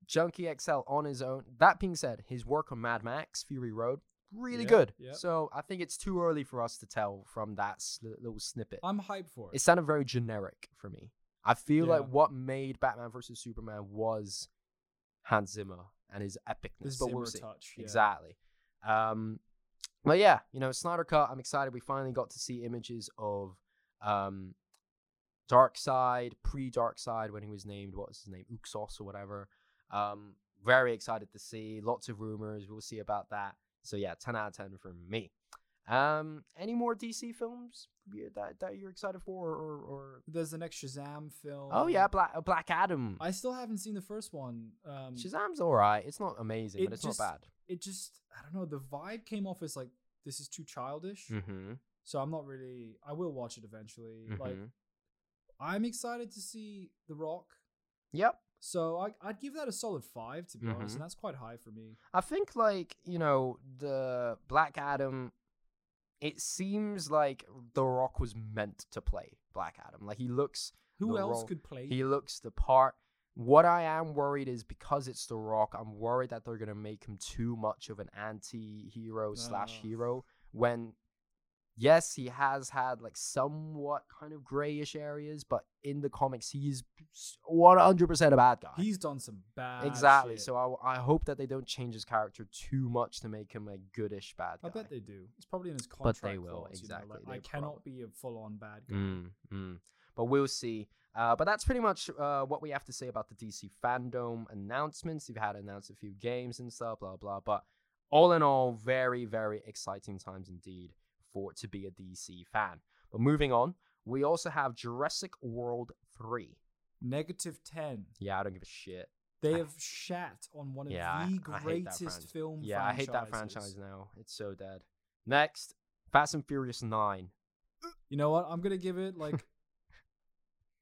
Speaker 1: Junkie XL on his own. That being said, his work on Mad Max Fury Road really
Speaker 2: Yeah,
Speaker 1: good.
Speaker 2: yeah.
Speaker 1: So I think it's too early for us to tell from that sli- little snippet.
Speaker 2: I'm hyped for it.
Speaker 1: It sounded very generic for me. I feel like
Speaker 2: Yeah.
Speaker 1: what made Batman vs Superman was Hans Zimmer and his epicness.
Speaker 2: This
Speaker 1: but
Speaker 2: Zimmer
Speaker 1: we'll see.
Speaker 2: touch. yeah.
Speaker 1: Exactly. Um, but yeah, you know, Snyder Cut, I'm excited. We finally got to see images of um, Dark Side, pre Dark Side, when he was named, what was his name? Uxos or whatever. Um, very excited to see. Lots of rumors. We'll see about that. So yeah, 10 out of 10 from me. Um, any more DC films you- that, that you're excited for? Or, or,
Speaker 2: There's the next Shazam film.
Speaker 1: Oh, yeah, Black, uh, Black Adam.
Speaker 2: I still haven't seen the first one. Um,
Speaker 1: Shazam's all right. It's not amazing,
Speaker 2: it
Speaker 1: but it's
Speaker 2: just-
Speaker 1: not
Speaker 2: It just, I don't know. The vibe came off as like this is too childish.
Speaker 1: bad. Mm-hmm.
Speaker 2: So I'm not really. I will watch it eventually. Like
Speaker 1: Mhm.
Speaker 2: I'm excited to see The Rock.
Speaker 1: yep.
Speaker 2: So I, I'd give that a solid five to be honest,
Speaker 1: Mhm.
Speaker 2: and that's quite high for me.
Speaker 1: I think like you know the Black Adam. It seems like The Rock was meant to play Black Adam. Like he looks,
Speaker 2: Who
Speaker 1: The
Speaker 2: else
Speaker 1: Rock.
Speaker 2: could play?
Speaker 1: he looks the part. What I am worried is because it's The Rock, I'm worried that they're gonna make him too much of an anti-hero slash
Speaker 2: Ah.
Speaker 1: hero. When yes, he has had like somewhat kind of grayish areas, but in the comics, he's 100% a bad guy.
Speaker 2: He's done some bad.
Speaker 1: Exactly.
Speaker 2: Ah, shit.
Speaker 1: So I, I hope that they don't change his character too much to make him a goodish bad guy.
Speaker 2: I bet they do. It's probably in his
Speaker 1: But
Speaker 2: contract.
Speaker 1: they will,
Speaker 2: clause, you know,
Speaker 1: exactly,
Speaker 2: like,
Speaker 1: they
Speaker 2: I cannot be a full-on bad guy.
Speaker 1: Mm, mm. But we'll see. Uh, but that's pretty much uh, what we have to say about the DC fandom announcements. You've had announced a few games and stuff, blah blah. But all in all, very very exciting times indeed for to be a DC fan. But moving on, we also have Jurassic World three.
Speaker 2: Negative ten.
Speaker 1: Yeah, I don't give a shit.
Speaker 2: They
Speaker 1: I-
Speaker 2: have shat on one of
Speaker 1: Yeah, I-
Speaker 2: the
Speaker 1: I hate that
Speaker 2: greatest
Speaker 1: franchise.
Speaker 2: film.
Speaker 1: Yeah, I hate that franchise
Speaker 2: franchises.
Speaker 1: now. It's so dead. Next, Fast and Furious nine.
Speaker 2: You know what? I'm gonna give it like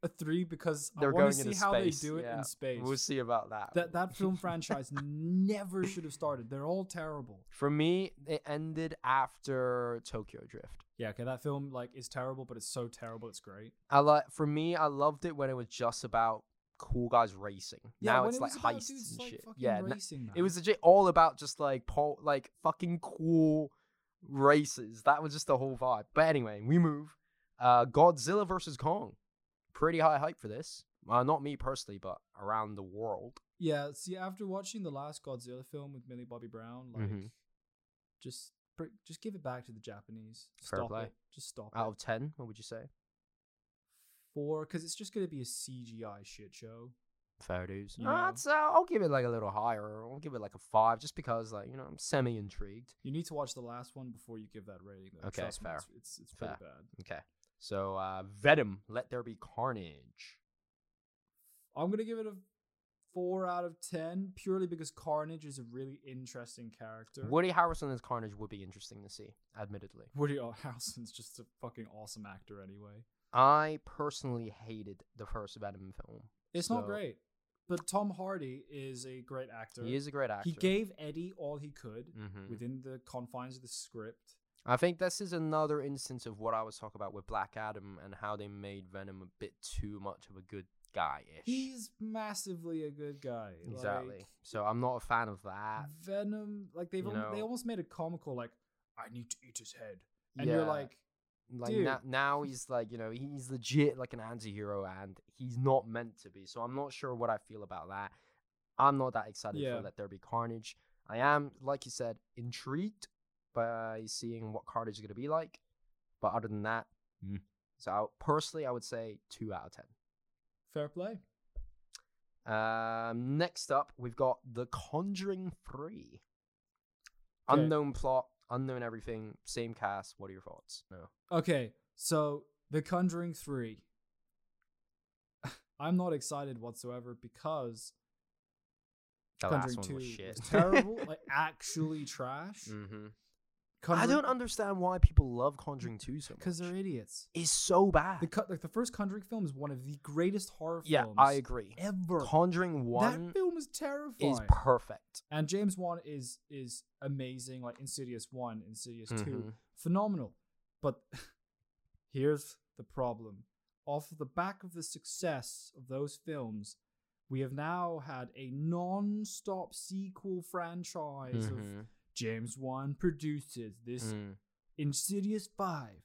Speaker 2: a three because
Speaker 1: They're
Speaker 2: I want
Speaker 1: going
Speaker 2: to see
Speaker 1: into
Speaker 2: how
Speaker 1: space,
Speaker 2: they do it
Speaker 1: yeah.
Speaker 2: in space.
Speaker 1: We'll see about that.
Speaker 2: That that film franchise never should have started. They're all terrible.
Speaker 1: For me, it ended after Tokyo Drift.
Speaker 2: Yeah, okay, that film like is terrible, but it's so terrible, it's great.
Speaker 1: I like. For me, I loved it when it was just about cool guys racing.
Speaker 2: Yeah,
Speaker 1: now
Speaker 2: when
Speaker 1: it's
Speaker 2: it
Speaker 1: like
Speaker 2: was about
Speaker 1: heists
Speaker 2: dudes,
Speaker 1: and
Speaker 2: like,
Speaker 1: shit.
Speaker 2: fucking
Speaker 1: Yeah, n-
Speaker 2: racing,
Speaker 1: it
Speaker 2: man.
Speaker 1: was legit all about just like pol- like fucking cool races. That was just the whole vibe. But anyway, we move. Uh, Godzilla versus Kong. Pretty high hype for this. Uh, not me personally, but around the world.
Speaker 2: Yeah, see, after watching the last Godzilla film with Millie Bobby Brown, like,
Speaker 1: Mhm.
Speaker 2: just br- just give it back to the Japanese.
Speaker 1: Fair
Speaker 2: stop
Speaker 1: play.
Speaker 2: it. Just stop
Speaker 1: Out
Speaker 2: it.
Speaker 1: of ten, what would you say?
Speaker 2: Four, because it's just gonna be a CGI shit show.
Speaker 1: Fair dues.
Speaker 2: You
Speaker 1: Uh,
Speaker 2: know.
Speaker 1: it's, uh, I'll give it like a little higher. I'll give it like a five, just because like you know I'm semi intrigued.
Speaker 2: You need to watch the last one before you give that rating. Though.
Speaker 1: Okay,
Speaker 2: Trust me,
Speaker 1: fair.
Speaker 2: It's it's, it's pretty bad.
Speaker 1: Okay. So uh, Venom, Let There Be Carnage.
Speaker 2: I'm gonna give it a four out of ten purely because Carnage is a really interesting character.
Speaker 1: Woody Harrison as Carnage would be interesting to see, admittedly.
Speaker 2: Woody Harrelson's just a fucking awesome actor anyway.
Speaker 1: I personally hated the first Venom film.
Speaker 2: It's
Speaker 1: So-
Speaker 2: not great. But Tom Hardy is a great actor.
Speaker 1: He is a great actor.
Speaker 2: He gave Eddie all he could
Speaker 1: Mhm.
Speaker 2: within the confines of the script.
Speaker 1: I think this is another instance of what I was talking about with Black Adam and how they made Venom a bit too much of a good guy ish.
Speaker 2: He's massively a good guy. like,
Speaker 1: Exactly. so I'm not a fan of that.
Speaker 2: Venom, like they've
Speaker 1: You
Speaker 2: al- they
Speaker 1: know.
Speaker 2: almost made a comical like, I need to eat his head, Mm-hmm. and you're
Speaker 1: Yeah.
Speaker 2: like,
Speaker 1: like
Speaker 2: dude.
Speaker 1: na- now he's like you know he's legit like an anti-hero and he's not meant to be. So I'm not sure what I feel about that. I'm not that excited
Speaker 2: Yeah.
Speaker 1: for Let There Be Carnage. I am, like you said, intrigued by seeing what Carnage is going to be like. But other than that,
Speaker 2: Mm.
Speaker 1: so I, personally, I would say two out of ten.
Speaker 2: fair play.
Speaker 1: Um, next up, we've got The Conjuring 3.
Speaker 2: Okay.
Speaker 1: Unknown plot, unknown everything, same cast. What are your thoughts? No.
Speaker 2: Okay, so The Conjuring Three. I'm not excited whatsoever because
Speaker 1: The
Speaker 2: Conjuring
Speaker 1: last one
Speaker 2: Two
Speaker 1: was shit.
Speaker 2: was terrible, like actually trash.
Speaker 1: hmm I
Speaker 2: Conjuring,
Speaker 1: don't understand why people love Conjuring 2 so much.
Speaker 2: because they're idiots.
Speaker 1: it's so bad.
Speaker 2: The co- like the first Conjuring film is one of the greatest horror
Speaker 1: yeah,
Speaker 2: films
Speaker 1: I agree.
Speaker 2: ever.
Speaker 1: Conjuring 1
Speaker 2: that film is terrifying.
Speaker 1: is perfect.
Speaker 2: and James Wan is is amazing. Like Insidious One, Insidious Two,
Speaker 1: Mhm.
Speaker 2: phenomenal. But here's the problem: off the back of the success of those films, we have now had a non-stop sequel franchise of
Speaker 1: Mhm.
Speaker 2: James Wan produces this
Speaker 1: Mm,
Speaker 2: Insidious Five,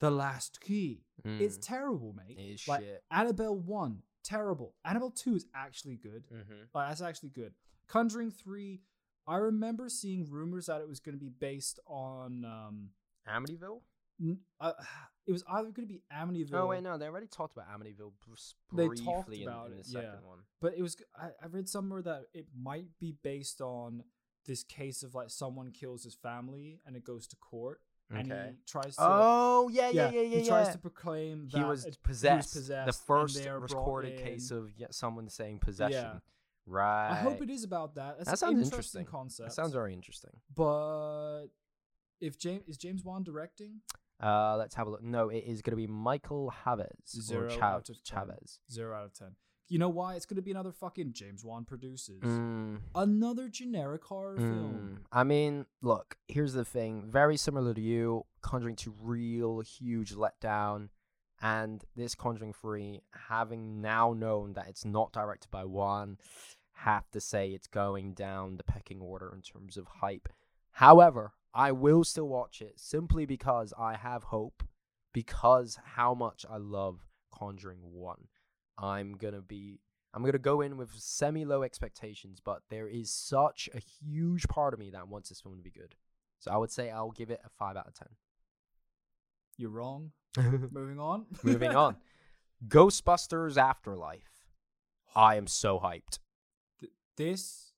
Speaker 2: The Last Key. It's
Speaker 1: mm.
Speaker 2: terrible, mate.
Speaker 1: It is
Speaker 2: like
Speaker 1: shit.
Speaker 2: Annabelle One, terrible. Annabelle Two is actually good.
Speaker 1: Mhm.
Speaker 2: Like, Oh, that's actually good. Conjuring 3, I remember seeing rumors that it was going to be based on. Um,
Speaker 1: Amityville?
Speaker 2: n- uh, it was either going to be Amityville,
Speaker 1: Oh, wait, no, they already talked about Amityville br-
Speaker 2: They
Speaker 1: briefly
Speaker 2: talked
Speaker 1: in,
Speaker 2: about
Speaker 1: in the
Speaker 2: it,
Speaker 1: second
Speaker 2: yeah.
Speaker 1: one.
Speaker 2: but it was. I, I read somewhere that it might be based on this case of like someone kills his family and it goes to court and he tries to.
Speaker 1: oh yeah, yeah, yeah, yeah.
Speaker 2: he tries to proclaim that
Speaker 1: he was
Speaker 2: it-
Speaker 1: possessed.
Speaker 2: possessed,
Speaker 1: The
Speaker 2: and
Speaker 1: first
Speaker 2: they are brought
Speaker 1: recorded case
Speaker 2: in.
Speaker 1: of yeah, someone saying possession. Right.
Speaker 2: I hope it is about that. That's
Speaker 1: That
Speaker 2: an
Speaker 1: sounds
Speaker 2: interesting,
Speaker 1: interesting.
Speaker 2: concept.
Speaker 1: That sounds very interesting.
Speaker 2: But if James is James Wan directing
Speaker 1: Uh, let's have a look. No, it is going to be Michael Chavez
Speaker 2: Zero
Speaker 1: or Chav-
Speaker 2: out of ten.
Speaker 1: Chavez.
Speaker 2: zero out of ten. You know why? It's going to be another fucking James Wan produces.
Speaker 1: Mm,
Speaker 2: another generic horror film.
Speaker 1: mm. I mean, look. Here's the thing. Very similar to you, Conjuring Two, real huge letdown, and this Conjuring Three, having now known that it's not directed by one, have to say it's going down the pecking order in terms of hype. However, I will still watch it simply because I have hope, because how much I love Conjuring 1. I'm going to be. I'm going to go in with semi low expectations, but there is such a huge part of me that wants this film to be good. So I would say I'll give it a 5 out of
Speaker 2: You're wrong.
Speaker 1: 10.
Speaker 2: Moving on.
Speaker 1: Moving on Ghostbusters Afterlife. I am so hyped.
Speaker 2: this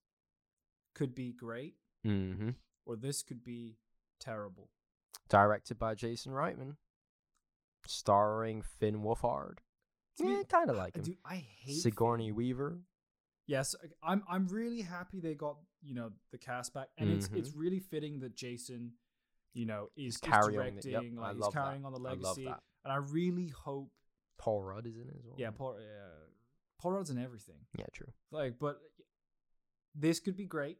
Speaker 2: could be great,
Speaker 1: hmm
Speaker 2: or this could be terrible.
Speaker 1: directed by Jason Reitman, starring Finn Wolfhard.
Speaker 2: To
Speaker 1: Yeah,
Speaker 2: be-
Speaker 1: kind of like him.
Speaker 2: Dude, I hate.
Speaker 1: Sigourney Weaver.
Speaker 2: Yes, I'm. I'm really happy they got you know the cast back, and it's
Speaker 1: Mhm.
Speaker 2: it's really fitting that Jason, you know, is, is
Speaker 1: carrying the-
Speaker 2: directing,
Speaker 1: yep, I
Speaker 2: like he's
Speaker 1: love that.
Speaker 2: carrying on the
Speaker 1: I love
Speaker 2: legacy,
Speaker 1: that. Oh.
Speaker 2: and I really hope.
Speaker 1: Paul Rudd is in it as well.
Speaker 2: Yeah, Paul. Uh, Paul Rudd's in everything.
Speaker 1: Yeah, true.
Speaker 2: Like, but this could be great.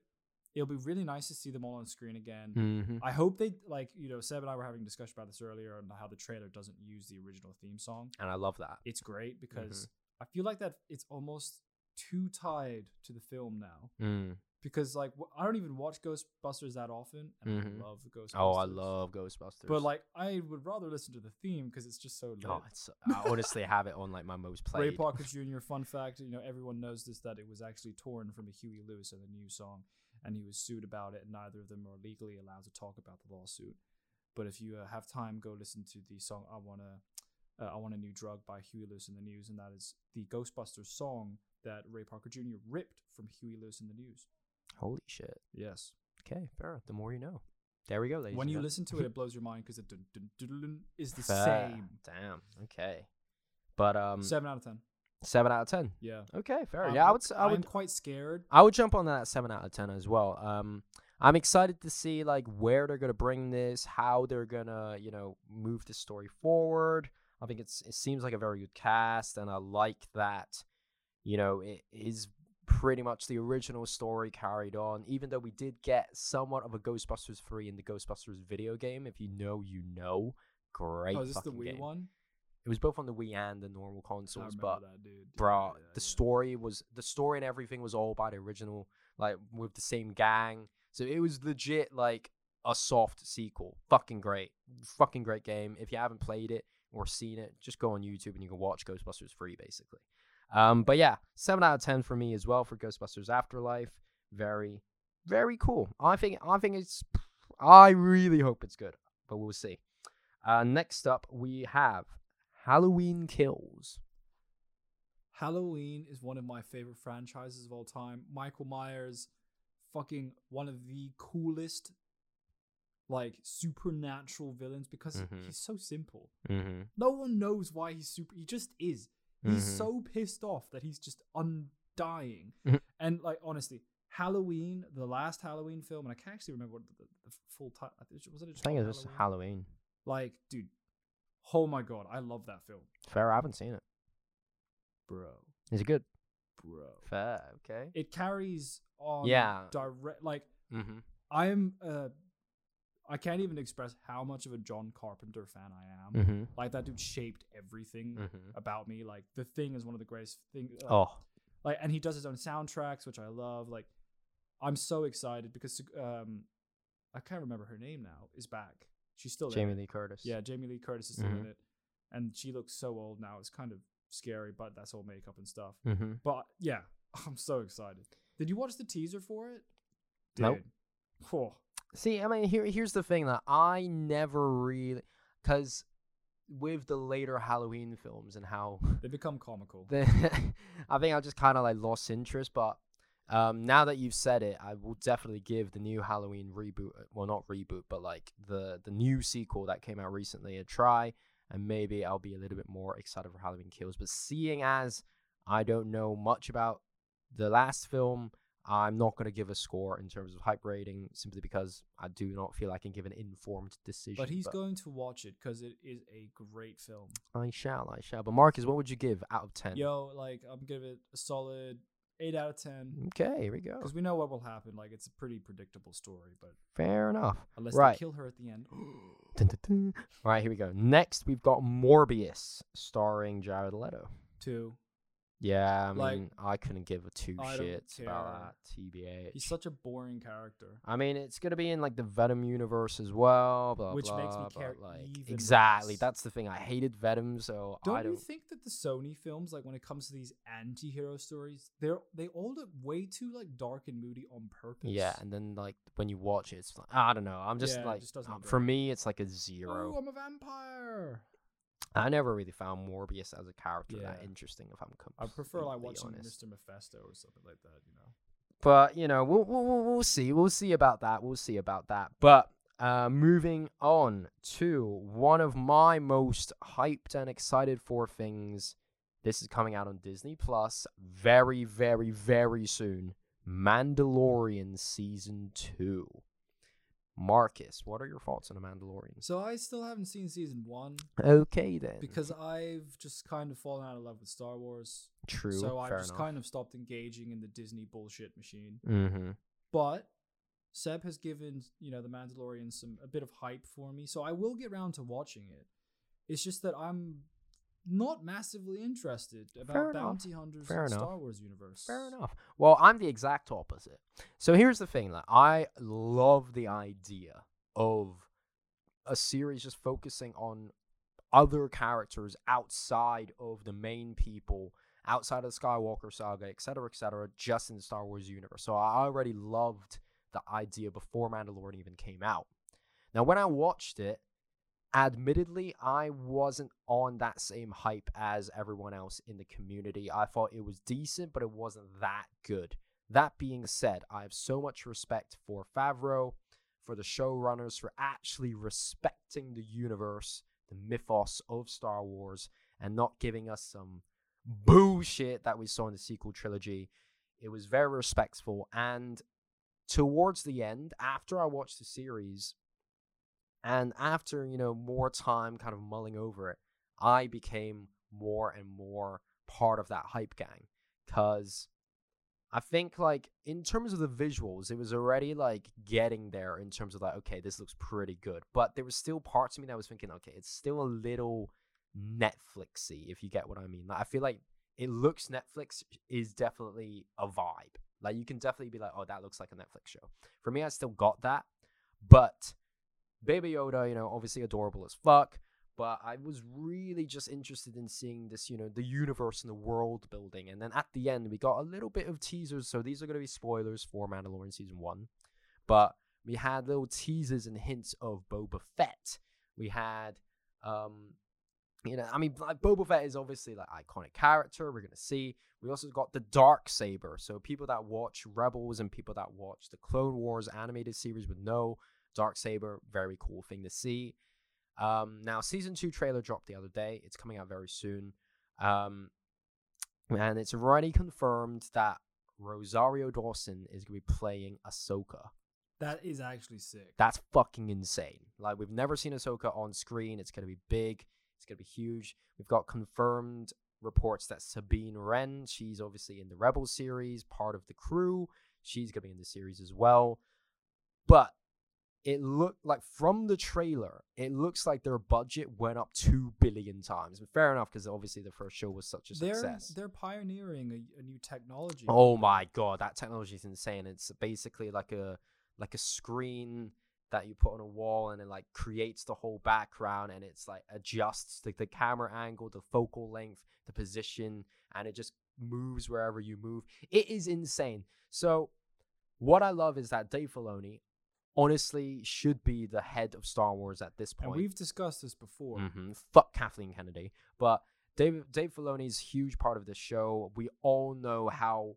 Speaker 2: It'll be really nice to see them all on screen again.
Speaker 1: Mm-hmm.
Speaker 2: I hope they like you know Seb and I were having a discussion about this earlier on how the trailer doesn't use the original theme song.
Speaker 1: And I love that.
Speaker 2: It's great because
Speaker 1: Mm-hmm.
Speaker 2: I feel like that it's almost too tied to the film now
Speaker 1: Mm.
Speaker 2: because like wh- I don't even watch Ghostbusters that often and
Speaker 1: Mhm.
Speaker 2: I love the Ghostbusters.
Speaker 1: Oh, I love Ghostbusters.
Speaker 2: But like I would rather listen to the theme because it's just so lit.
Speaker 1: oh, it's, I honestly have it on like my most
Speaker 2: Ray
Speaker 1: played.
Speaker 2: Parker Jr. Fun fact, you know, everyone knows this that it was actually torn from a Huey Lewis and the new song, and he was sued about it. And neither of them are legally allowed to talk about the lawsuit. But if you uh, have time, go listen to the song "I Wanna, uh, I Want a New Drug" by Huey Lewis and the News, and that is the Ghostbusters song that Ray Parker Jr. ripped from Huey Lewis and the News.
Speaker 1: Holy shit.
Speaker 2: Yes.
Speaker 1: Okay, fair. The more you know. There we go, ladies.
Speaker 2: when
Speaker 1: and
Speaker 2: you
Speaker 1: gen-
Speaker 2: listen to it, it blows your mind because the dun, dun, dun, dun is the
Speaker 1: Fair.
Speaker 2: same.
Speaker 1: Damn. Okay. But um, seven,
Speaker 2: Seven out of ten.
Speaker 1: out of ten.
Speaker 2: Yeah.
Speaker 1: Okay, fair.
Speaker 2: I'm-
Speaker 1: yeah, I would. s- I
Speaker 2: Uh, I'm
Speaker 1: would.
Speaker 2: quite scared.
Speaker 1: I would jump on that seven out of ten as well. Um, I'm excited to see like where they're gonna bring this, how they're gonna you know move the story forward. I think it's it seems like a very good cast, and I like that. You know, it is pretty much the original story carried on, even though we did get somewhat of a Ghostbusters 3 in the Ghostbusters video game. If you know, you know. Great.
Speaker 2: oh, is this the
Speaker 1: fucking
Speaker 2: Wii
Speaker 1: game.
Speaker 2: one?
Speaker 1: It was both on the Wii and the normal
Speaker 2: I
Speaker 1: consoles,
Speaker 2: remember
Speaker 1: but
Speaker 2: that, dude. Yeah,
Speaker 1: bro,
Speaker 2: yeah,
Speaker 1: the
Speaker 2: yeah.
Speaker 1: story was the story and everything was all by the original, like with the same gang. So it was legit like a soft sequel. Fucking great. Fucking great game. If you haven't played it or seen it, just go on YouTube and you can watch Ghostbusters free basically. Um, but yeah, seven out of ten for me as well for Ghostbusters Afterlife. Very, very cool. I think I think it's I really hope it's good, but we'll see. Uh, next up we have Halloween Kills.
Speaker 2: Halloween is one of my favorite franchises of all time. Michael Myers, fucking one of the coolest, like supernatural villains because
Speaker 1: Mhm.
Speaker 2: he's so simple.
Speaker 1: Mm-hmm.
Speaker 2: No one knows why he's super. He just is. He's
Speaker 1: Mhm.
Speaker 2: so pissed off that he's just undying.
Speaker 1: Mhm.
Speaker 2: And like honestly, Halloween, the last Halloween film, and I can't actually remember what the, the, the full title was. It just
Speaker 1: I think
Speaker 2: called
Speaker 1: it was
Speaker 2: Halloween?
Speaker 1: Halloween.
Speaker 2: like, dude, oh my god, I love that film,
Speaker 1: Fair, I haven't seen it.
Speaker 2: bro,
Speaker 1: Is it good?
Speaker 2: bro.
Speaker 1: Fair, okay.
Speaker 2: It carries on.
Speaker 1: Yeah.
Speaker 2: Direct, like
Speaker 1: Mm-hmm.
Speaker 2: I am. Uh, I can't even express how much of a John Carpenter fan I am.
Speaker 1: Mm-hmm.
Speaker 2: Like that dude shaped everything
Speaker 1: Mm-hmm.
Speaker 2: about me. Like the thing is one of the greatest things. Like,
Speaker 1: Oh,
Speaker 2: like and he does his own soundtracks which i love like i'm so excited because um i can't remember her name now is back she's still
Speaker 1: Jamie
Speaker 2: in it.
Speaker 1: Lee Curtis.
Speaker 2: yeah jamie lee curtis is still in
Speaker 1: Mhm.
Speaker 2: it and she looks so old now it's kind of scary but that's all makeup and stuff
Speaker 1: Mm-hmm.
Speaker 2: but yeah i'm so excited did you watch the teaser for it
Speaker 1: Nope.
Speaker 2: Dude. Phew.
Speaker 1: See, I mean, here, here's the thing that I never really, because with the later Halloween films and how
Speaker 2: they become comical
Speaker 1: the, I think I just kind of like lost interest. But um, now that you've said it, I will definitely give the new Halloween reboot, uh, well, not reboot, but like the the new sequel that came out recently a try, and maybe I'll be a little bit more excited for Halloween Kills. But seeing as I don't know much about the last film. I'm not going to give a score in terms of hype rating simply because I do not feel I can give an informed decision.
Speaker 2: but he's going to watch it because it is a great film
Speaker 1: I shall, I shall. But Marcus, what would you give out of 10?
Speaker 2: yo like i'm giving it a solid 8 out of 10
Speaker 1: Okay, here we go.
Speaker 2: because we know what will happen. Like it's a pretty predictable story, but
Speaker 1: Fair enough.
Speaker 2: unless
Speaker 1: Right.
Speaker 2: they kill her at the end,
Speaker 1: Dun, dun, dun. All right, here we go. Next, we've got Morbius starring Jared Leto.
Speaker 2: too.
Speaker 1: Yeah, I
Speaker 2: Like,
Speaker 1: mean, I couldn't give a two
Speaker 2: I don't
Speaker 1: shits about that.
Speaker 2: He's
Speaker 1: TBH.
Speaker 2: such a boring character.
Speaker 1: I mean, it's gonna be in like the Venom universe as well, blah
Speaker 2: Which
Speaker 1: blah.
Speaker 2: makes me
Speaker 1: but,
Speaker 2: care
Speaker 1: like,
Speaker 2: even
Speaker 1: exactly.
Speaker 2: less.
Speaker 1: That's the thing. I hated Venom, so
Speaker 2: Don't,
Speaker 1: I don't.
Speaker 2: you think that the Sony films, like when it comes to these anti-hero stories, they're they all look way too like dark and moody on purpose.
Speaker 1: yeah, and then like when you watch it, it's like I don't know. I'm just
Speaker 2: Yeah, it
Speaker 1: like
Speaker 2: just doesn't
Speaker 1: um,
Speaker 2: look
Speaker 1: for
Speaker 2: right.
Speaker 1: me, it's like a
Speaker 2: oh,
Speaker 1: zero.
Speaker 2: I'm a vampire.
Speaker 1: I never really found Morbius as a character that
Speaker 2: Yeah.
Speaker 1: interesting. If I'm
Speaker 2: I
Speaker 1: completely
Speaker 2: prefer like watching
Speaker 1: honest.
Speaker 2: Mr. Mephisto or something like that. You know,
Speaker 1: but you know we'll, we'll we'll we'll see we'll see about that we'll see about that but uh moving on to one of my most hyped and excited for things this is coming out on disney plus very very very soon mandalorian season 2 marcus what are your thoughts on the mandalorian
Speaker 2: so I still haven't seen season one
Speaker 1: okay then
Speaker 2: because I've just kind of fallen out of love with Star Wars.
Speaker 1: true
Speaker 2: so I've
Speaker 1: fair
Speaker 2: just kind of stopped engaging in the Disney bullshit machine.
Speaker 1: mm-hmm.
Speaker 2: but Seb has given you know the Mandalorian some a bit of hype for me, so I will get round to watching it. It's just that I'm not massively interested about
Speaker 1: Fair enough.
Speaker 2: bounty hunters
Speaker 1: Fair
Speaker 2: in the
Speaker 1: enough.
Speaker 2: Star Wars universe.
Speaker 1: Fair enough. Well, I'm the exact opposite. So here's the thing that I love the idea of a series just focusing on other characters outside of the main people, outside of the Skywalker saga, etc., cetera, etc., cetera, just in the Star Wars universe. So I already loved the idea before Mandalorian even came out. Now, when I watched it, admittedly, I wasn't on that same hype as everyone else in the community. I thought it was decent, but it wasn't that good. That being said, I have so much respect for Favreau, for the showrunners, for actually respecting the universe, the mythos of Star Wars, and not giving us some bullshit that we saw in the sequel trilogy. It was very respectful. And towards the end, after I watched the series, and after, you know, more time kind of mulling over it, I became more and more part of that hype gang. because I think like in terms of the visuals, it was already like getting there in terms of like, okay, this looks pretty good. But there was still parts of me that was thinking, okay, it's still a little Netflixy, if you get what I mean. Like I feel like it looks Netflix is definitely a vibe. Like you can definitely be like, oh, that looks like a Netflix show. For me, I still got that. But Baby Yoda, you know, obviously adorable as fuck. But I was really just interested in seeing this, you know, the universe and the world building. And then at the end, we got a little bit of teasers. So these are going to be spoilers for Mandalorian season one. But we had little teasers and hints of Boba Fett. We had, um, you know, I mean, like Boba Fett is obviously like iconic character. We're gonna see. We also got the dark saber. So people that watch Rebels and people that watch the Clone Wars animated series would know dark saber. Very cool thing to see. Um, now season two trailer dropped the other day. It's coming out very soon, um, and it's already confirmed that Rosario Dawson is gonna be playing Ahsoka.
Speaker 2: That is actually sick.
Speaker 1: That's fucking insane. Like we've never seen Ahsoka on screen. It's gonna be big. It's going to be huge. We've got confirmed reports that Sabine Wren, she's obviously in the Rebel series, part of the crew. She's going to be in the series as well. But it looked like from the trailer, it looks like their budget went up 2 billion times. And fair enough, because obviously the first show was such a
Speaker 2: they're
Speaker 1: success.
Speaker 2: they're pioneering a, a new technology.
Speaker 1: Oh my God, that technology is insane. It's basically like a like a screen that you put on a wall and it like creates the whole background and it's like adjusts the, the camera angle the focal length the position and it just moves wherever you move it is insane so what i love is that dave filoni honestly should be the head of star wars at this
Speaker 2: And
Speaker 1: point
Speaker 2: we've discussed this before.
Speaker 1: Mhm. Fuck Kathleen Kennedy. But Dave Dave Filoni's huge part of the show. We all know how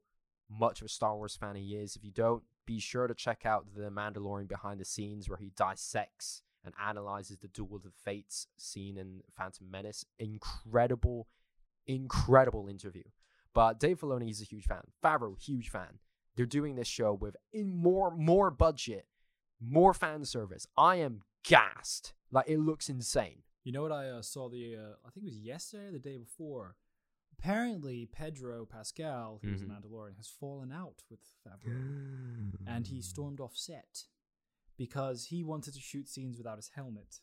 Speaker 1: much of a Star Wars fan he is. If you don't, be sure to check out the Mandalorian behind the scenes where he dissects and analyzes the Duel of the Fates scene in Phantom Menace. Incredible, incredible interview. But Dave Filoni is a huge fan. Favreau, huge fan. They're doing this show with in more more budget, more fan service. I am gassed. Like it looks insane.
Speaker 2: You know what I uh, saw the uh, I think it was yesterday or the day before. Apparently, Pedro Pascal, who's a
Speaker 1: Mhm.
Speaker 2: Mandalorian, has fallen out with Favreau, and
Speaker 1: Mm.
Speaker 2: he stormed off set because he wanted to shoot scenes without his helmet.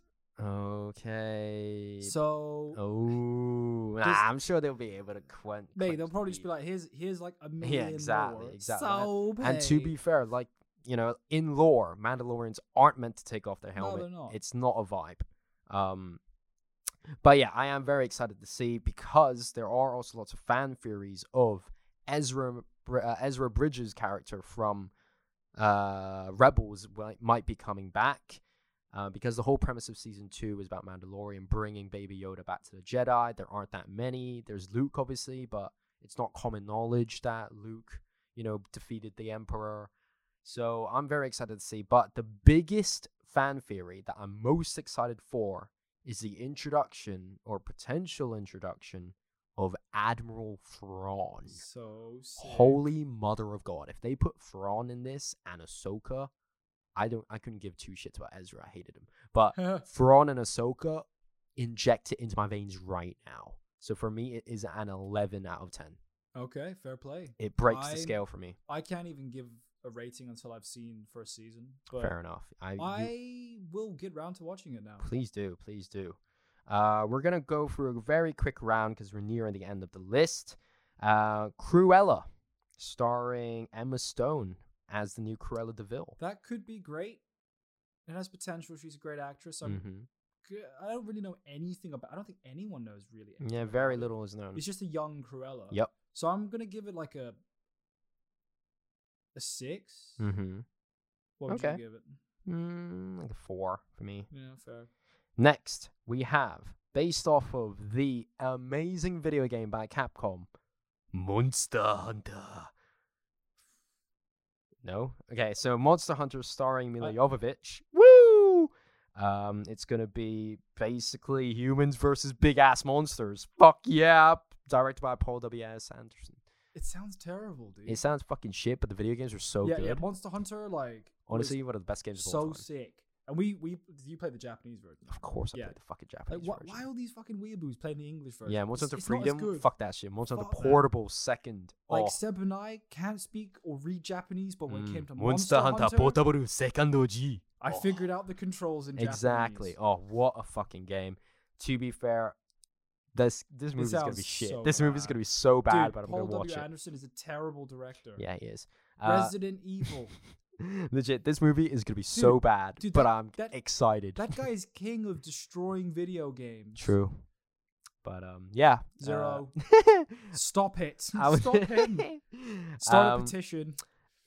Speaker 1: Okay.
Speaker 2: So,
Speaker 1: oh, nah,
Speaker 2: Just-
Speaker 1: I'm sure they'll be able to quench.
Speaker 2: mate, they'll probably just be like, "Here's here's like a
Speaker 1: yeah,
Speaker 2: million
Speaker 1: exactly,
Speaker 2: more."
Speaker 1: exactly.
Speaker 2: So,
Speaker 1: and, and to
Speaker 2: babe.
Speaker 1: be fair, like you know, in lore, Mandalorians aren't meant to take off their
Speaker 2: No,
Speaker 1: helmet.
Speaker 2: they're not.
Speaker 1: It's not a vibe. Um, but yeah, I am very excited to see because there are also lots of fan theories of Ezra Br- uh, Ezra Bridges' character from uh, Rebels might, might be coming back. Uh, because the whole premise of season two is about Mandalorian bringing Baby Yoda back to the Jedi. There aren't that many. There's Luke, obviously, but it's not common knowledge that Luke, you know, defeated the Emperor. So I'm very excited to see. But the biggest fan theory that I'm most excited for is the introduction or potential introduction of Admiral Thrawn.
Speaker 2: so sick.
Speaker 1: Holy mother of God! If they put Thrawn in this and Ahsoka, I don't. I couldn't give two shits about Ezra. I hated him, but Thrawn and Ahsoka inject it into my veins right now. So for me, it is an eleven out of ten.
Speaker 2: okay, fair play.
Speaker 1: It breaks
Speaker 2: I'm-
Speaker 1: the scale for me.
Speaker 2: I can't even give a rating until I've seen first season. But
Speaker 1: Fair enough. I, you-
Speaker 2: I uh, will get round to watching it now.
Speaker 1: please do, please do. Uh, we're gonna go through a very quick round because we're nearing the end of the list. Uh, Cruella, starring Emma Stone as the new Cruella Deville.
Speaker 2: That could be great. It has potential. She's a great actress. I'm,
Speaker 1: Mhm.
Speaker 2: g- I don't really know anything about. I don't think anyone knows really. anything
Speaker 1: Yeah, very
Speaker 2: about it.
Speaker 1: little is known.
Speaker 2: It's just a young Cruella.
Speaker 1: Yep.
Speaker 2: So I'm gonna give it like a a 6
Speaker 1: Mm-hmm.
Speaker 2: What would
Speaker 1: okay.
Speaker 2: you give it?
Speaker 1: Mm, like a four for me.
Speaker 2: Yeah, fair.
Speaker 1: Next, we have, based off of the amazing video game by Capcom, Monster Hunter. No? Okay, so Monster Hunter starring Mila
Speaker 2: I-
Speaker 1: Jovovich. Woo! Um, it's going to be basically humans versus big ass monsters. Fuck yeah! Directed by Paul W.S. Anderson.
Speaker 2: It sounds terrible, dude.
Speaker 1: It sounds fucking shit, but the video games are so
Speaker 2: yeah,
Speaker 1: good.
Speaker 2: yeah. Monster Hunter, like was
Speaker 1: Honestly, one of the best games of all
Speaker 2: so
Speaker 1: time.
Speaker 2: sick. And we we you play the Japanese version.
Speaker 1: Of course, I
Speaker 2: Yeah.
Speaker 1: played the fucking
Speaker 2: Like
Speaker 1: Japanese
Speaker 2: wh-
Speaker 1: version.
Speaker 2: why all these fucking weeaboos playing the English version?
Speaker 1: yeah,
Speaker 2: It's-
Speaker 1: Monster Hunter
Speaker 2: it's not as
Speaker 1: Freedom.
Speaker 2: good.
Speaker 1: Fuck that shit. Monster Hunter
Speaker 2: Fuck that.
Speaker 1: Portable second.
Speaker 2: Like
Speaker 1: oh,
Speaker 2: Seb and I can't speak or read Japanese, but when it
Speaker 1: mm.
Speaker 2: came to
Speaker 1: Monster, Hunter, Portable second G.
Speaker 2: I figured out the controls in Japanese.
Speaker 1: Exactly. Oh, what a fucking game. To be fair, this this movie's gonna be
Speaker 2: sounds
Speaker 1: shit.
Speaker 2: so
Speaker 1: this movie's
Speaker 2: bad.
Speaker 1: gonna be so bad,
Speaker 2: Dude,
Speaker 1: but I'm
Speaker 2: Paul
Speaker 1: gonna watch
Speaker 2: W.
Speaker 1: it.
Speaker 2: Anderson is a terrible director.
Speaker 1: Yeah, he is. Uh,
Speaker 2: Resident Evil.
Speaker 1: legit, this movie is gonna be so bad,
Speaker 2: dude,
Speaker 1: but
Speaker 2: that-
Speaker 1: I'm
Speaker 2: that-
Speaker 1: excited.
Speaker 2: That guy is king of destroying video games.
Speaker 1: True. But um, yeah. uh,
Speaker 2: Zero. Stop it.
Speaker 1: I was-
Speaker 2: Stop him. Start a
Speaker 1: Um,
Speaker 2: petition.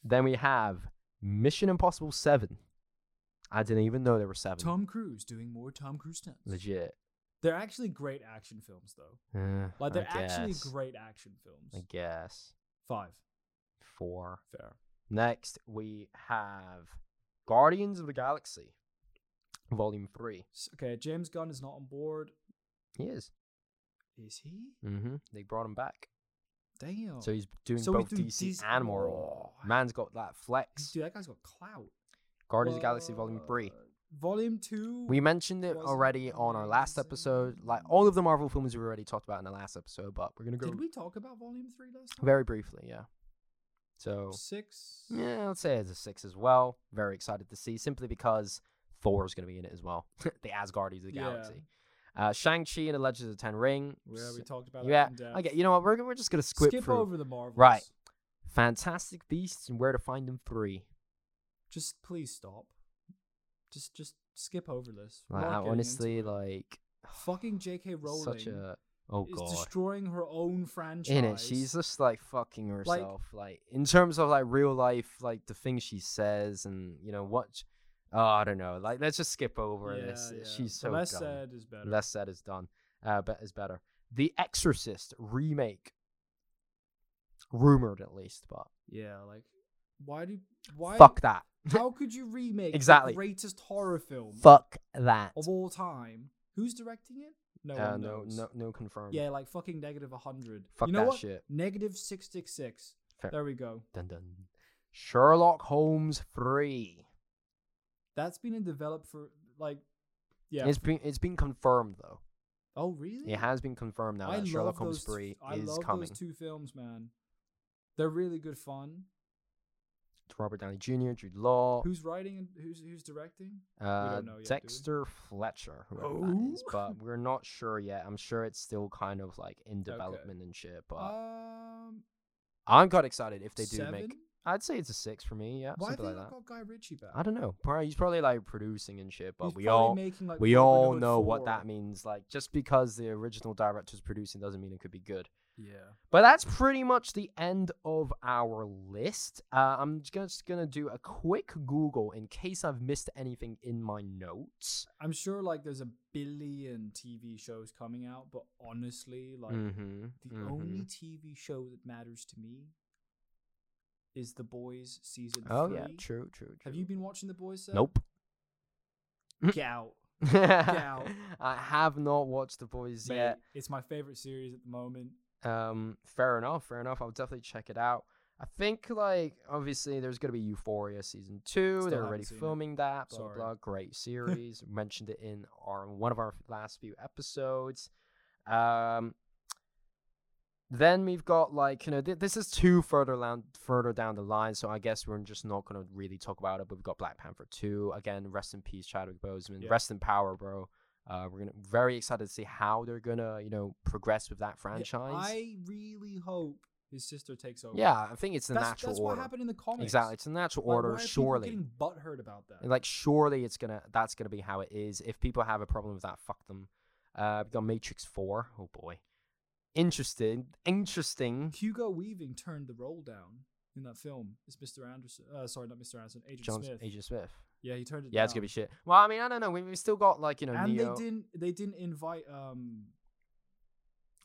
Speaker 1: Then we have Mission Impossible Seven. I didn't even know there were seven.
Speaker 2: Tom Cruise doing more Tom Cruise stunts.
Speaker 1: Legit.
Speaker 2: They're actually great action films, though.
Speaker 1: Uh,
Speaker 2: Like they're
Speaker 1: I guess.
Speaker 2: actually great action films.
Speaker 1: I guess
Speaker 2: Five.
Speaker 1: four.
Speaker 2: Fair.
Speaker 1: Next, we have Guardians of the Galaxy, Volume 3.
Speaker 2: S- Okay, James Gunn is not on board.
Speaker 1: He is.
Speaker 2: Is he?
Speaker 1: Mm-hmm. They brought him back.
Speaker 2: Damn.
Speaker 1: So he's doing
Speaker 2: Oh. So we
Speaker 1: both
Speaker 2: do
Speaker 1: DC
Speaker 2: Dis-
Speaker 1: and Marvel.
Speaker 2: Oh.
Speaker 1: Man's got that flex.
Speaker 2: Dude, that guy's got clout.
Speaker 1: Guardians of the Galaxy, Volume 3.
Speaker 2: Uh, Volume two.
Speaker 1: We mentioned it
Speaker 2: was
Speaker 1: already on our last
Speaker 2: amazing.
Speaker 1: episode. Like all of the Marvel films we already talked about in the last episode, but we're gonna go
Speaker 2: did we talk about Volume three last time?
Speaker 1: very briefly, yeah. So
Speaker 2: Six.
Speaker 1: yeah, I'd say it's a six as well. Very excited to see, simply because Thor's gonna be in it as well. the Asgardies of the
Speaker 2: Yeah.
Speaker 1: Galaxy. Uh, Shang-Chi and the Legends of the Ten Ring.
Speaker 2: Where
Speaker 1: S-
Speaker 2: we talked about
Speaker 1: yeah,
Speaker 2: that in depth.
Speaker 1: okay. You know what? We're, gonna- we're just gonna skip,
Speaker 2: Skip
Speaker 1: through.
Speaker 2: over the Marvels.
Speaker 1: Right. Fantastic Beasts and Where to Find Them three.
Speaker 2: Just please stop. Just just skip over this. We're
Speaker 1: Like,
Speaker 2: not
Speaker 1: I
Speaker 2: getting
Speaker 1: honestly,
Speaker 2: into it.
Speaker 1: like
Speaker 2: fucking J.K. Rowling
Speaker 1: such a oh
Speaker 2: is
Speaker 1: god.
Speaker 2: destroying her own franchise.
Speaker 1: In it, she's just like fucking herself. Like, in terms of like real life, like the things she says and you know what. sh- Oh, I don't know. Like, let's just skip over
Speaker 2: Yeah,
Speaker 1: this.
Speaker 2: yeah.
Speaker 1: She's
Speaker 2: The
Speaker 1: so
Speaker 2: less
Speaker 1: dumb.
Speaker 2: said is better.
Speaker 1: Less said is done. Uh, but is better. The Exorcist remake. Rumored at least, but
Speaker 2: Yeah, like why do why
Speaker 1: fuck that.
Speaker 2: how could you remake
Speaker 1: Exactly.
Speaker 2: the greatest horror film
Speaker 1: Fuck that.
Speaker 2: of all time? Who's directing it? No
Speaker 1: Uh,
Speaker 2: Oh, one
Speaker 1: no,
Speaker 2: knows.
Speaker 1: no, no, confirmed.
Speaker 2: Yeah, like fucking negative 100.
Speaker 1: Fuck
Speaker 2: you know
Speaker 1: that
Speaker 2: what?
Speaker 1: shit.
Speaker 2: Negative 666.
Speaker 1: Fair.
Speaker 2: There we go.
Speaker 1: Dun dun. Sherlock Holmes three.
Speaker 2: That's been in develop for like yeah.
Speaker 1: It's been it's been confirmed though.
Speaker 2: oh, really?
Speaker 1: It has been confirmed now
Speaker 2: I
Speaker 1: that
Speaker 2: love
Speaker 1: Sherlock Holmes
Speaker 2: those t-
Speaker 1: three
Speaker 2: I
Speaker 1: is
Speaker 2: love
Speaker 1: coming.
Speaker 2: those two films, man. They're really good fun.
Speaker 1: It's Robert Downey Jr., Jude Law,
Speaker 2: Who's writing and who's who's directing?
Speaker 1: uh,
Speaker 2: know yet, do we?
Speaker 1: Dexter Fletcher, whoever that is,
Speaker 2: Oh.
Speaker 1: but we're not sure yet. I'm sure it's still kind of like in development and shit. But
Speaker 2: um,
Speaker 1: I'm quite excited if they do
Speaker 2: seven?
Speaker 1: make. I'd say it's a six for me. Yeah,
Speaker 2: Why have
Speaker 1: something
Speaker 2: they
Speaker 1: like
Speaker 2: not
Speaker 1: that.
Speaker 2: got Guy Ritchie back?
Speaker 1: I don't know. Probably, he's probably like producing and shit, but
Speaker 2: He's
Speaker 1: we
Speaker 2: probably
Speaker 1: all
Speaker 2: making, like,
Speaker 1: we
Speaker 2: Robin
Speaker 1: all
Speaker 2: Hood
Speaker 1: know what
Speaker 2: 4.
Speaker 1: that means. Like just because the original director's producing doesn't mean it could be good.
Speaker 2: Yeah.
Speaker 1: But that's pretty much the end of our list. Uh, I'm just gonna do a quick Google in case I've missed anything in my notes.
Speaker 2: I'm sure like there's a billion TV shows coming out, but honestly, like
Speaker 1: mm-hmm.
Speaker 2: the only TV show that matters to me is The Boys season
Speaker 1: Oh
Speaker 2: three.
Speaker 1: yeah, true, true, true.
Speaker 2: Have you been watching The Boys? Seb?
Speaker 1: Nope.
Speaker 2: Get out.
Speaker 1: I have not watched The Boys
Speaker 2: Mate,
Speaker 1: yet.
Speaker 2: It's my favorite series at the moment.
Speaker 1: Um, fair enough, fair enough. I'll definitely check it out. I think like obviously there's gonna be Euphoria season two.
Speaker 2: Still
Speaker 1: They're
Speaker 2: haven't
Speaker 1: already
Speaker 2: seen it.
Speaker 1: filming that. Blah
Speaker 2: Sorry.
Speaker 1: blah. Great series. Mentioned it in our one of our last few episodes. Um, then we've got like you know th- this is too further down further down the line, so I guess we're just not gonna really talk about it. But we've got Black Panther two again. Rest in peace, Chadwick Boseman.
Speaker 2: Yeah.
Speaker 1: Rest in power, bro. Uh, we're gonna very excited to see how they're gonna you know progress with that
Speaker 2: Yeah,
Speaker 1: franchise.
Speaker 2: I really hope his sister takes over.
Speaker 1: Yeah, I think it's the
Speaker 2: that's,
Speaker 1: natural
Speaker 2: that's
Speaker 1: order.
Speaker 2: what happened in the comics.
Speaker 1: Exactly, it's the natural
Speaker 2: Like,
Speaker 1: order.
Speaker 2: why are people
Speaker 1: Surely,
Speaker 2: getting butthurt about that.
Speaker 1: And, like surely it's gonna that's gonna be how it is. If people have a problem with that, fuck them. Uh, we got Matrix Four. Oh boy, interesting, interesting.
Speaker 2: Hugo Weaving turned the role down in that film. Is Mr. Anderson? Uh, sorry, not Mr. Anderson. Agent
Speaker 1: John
Speaker 2: Smith.
Speaker 1: Agent Smith.
Speaker 2: Yeah, he turned it.
Speaker 1: Yeah,
Speaker 2: down.
Speaker 1: it's gonna be shit. Well, I mean, I don't know. We, we've still got like you know
Speaker 2: And
Speaker 1: Neo,
Speaker 2: they didn't. They didn't invite. Um.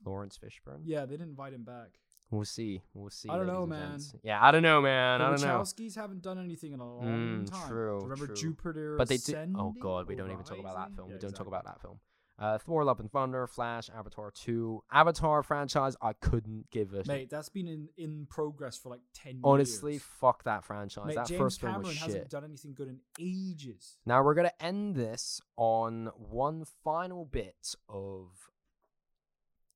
Speaker 1: Lawrence Fishburne.
Speaker 2: Yeah, they didn't invite him back.
Speaker 1: We'll see. We'll see.
Speaker 2: I don't
Speaker 1: ladies
Speaker 2: know,
Speaker 1: and
Speaker 2: man.
Speaker 1: gents. Yeah, I don't know, man.
Speaker 2: the
Speaker 1: I don't know.
Speaker 2: Wachowskis haven't done anything in a long
Speaker 1: Mm,
Speaker 2: time.
Speaker 1: true,
Speaker 2: Remember
Speaker 1: true.
Speaker 2: Jupiter?
Speaker 1: But they do. Oh
Speaker 2: Ascending
Speaker 1: god, we
Speaker 2: or
Speaker 1: don't even talk about that
Speaker 2: Rising?
Speaker 1: film.
Speaker 2: Yeah,
Speaker 1: we don't talk about that
Speaker 2: exactly.
Speaker 1: film. Uh, Thor: Love and Thunder, Flash, Avatar 2, Avatar franchise. I couldn't give a shit.
Speaker 2: Mate, that's been in, in progress for like 10
Speaker 1: Honestly,
Speaker 2: years.
Speaker 1: fuck that franchise.
Speaker 2: Mate,
Speaker 1: that
Speaker 2: James
Speaker 1: first
Speaker 2: Cameron
Speaker 1: film was
Speaker 2: hasn't
Speaker 1: shit.
Speaker 2: done anything good in ages.
Speaker 1: Now we're gonna end this on one final bit of,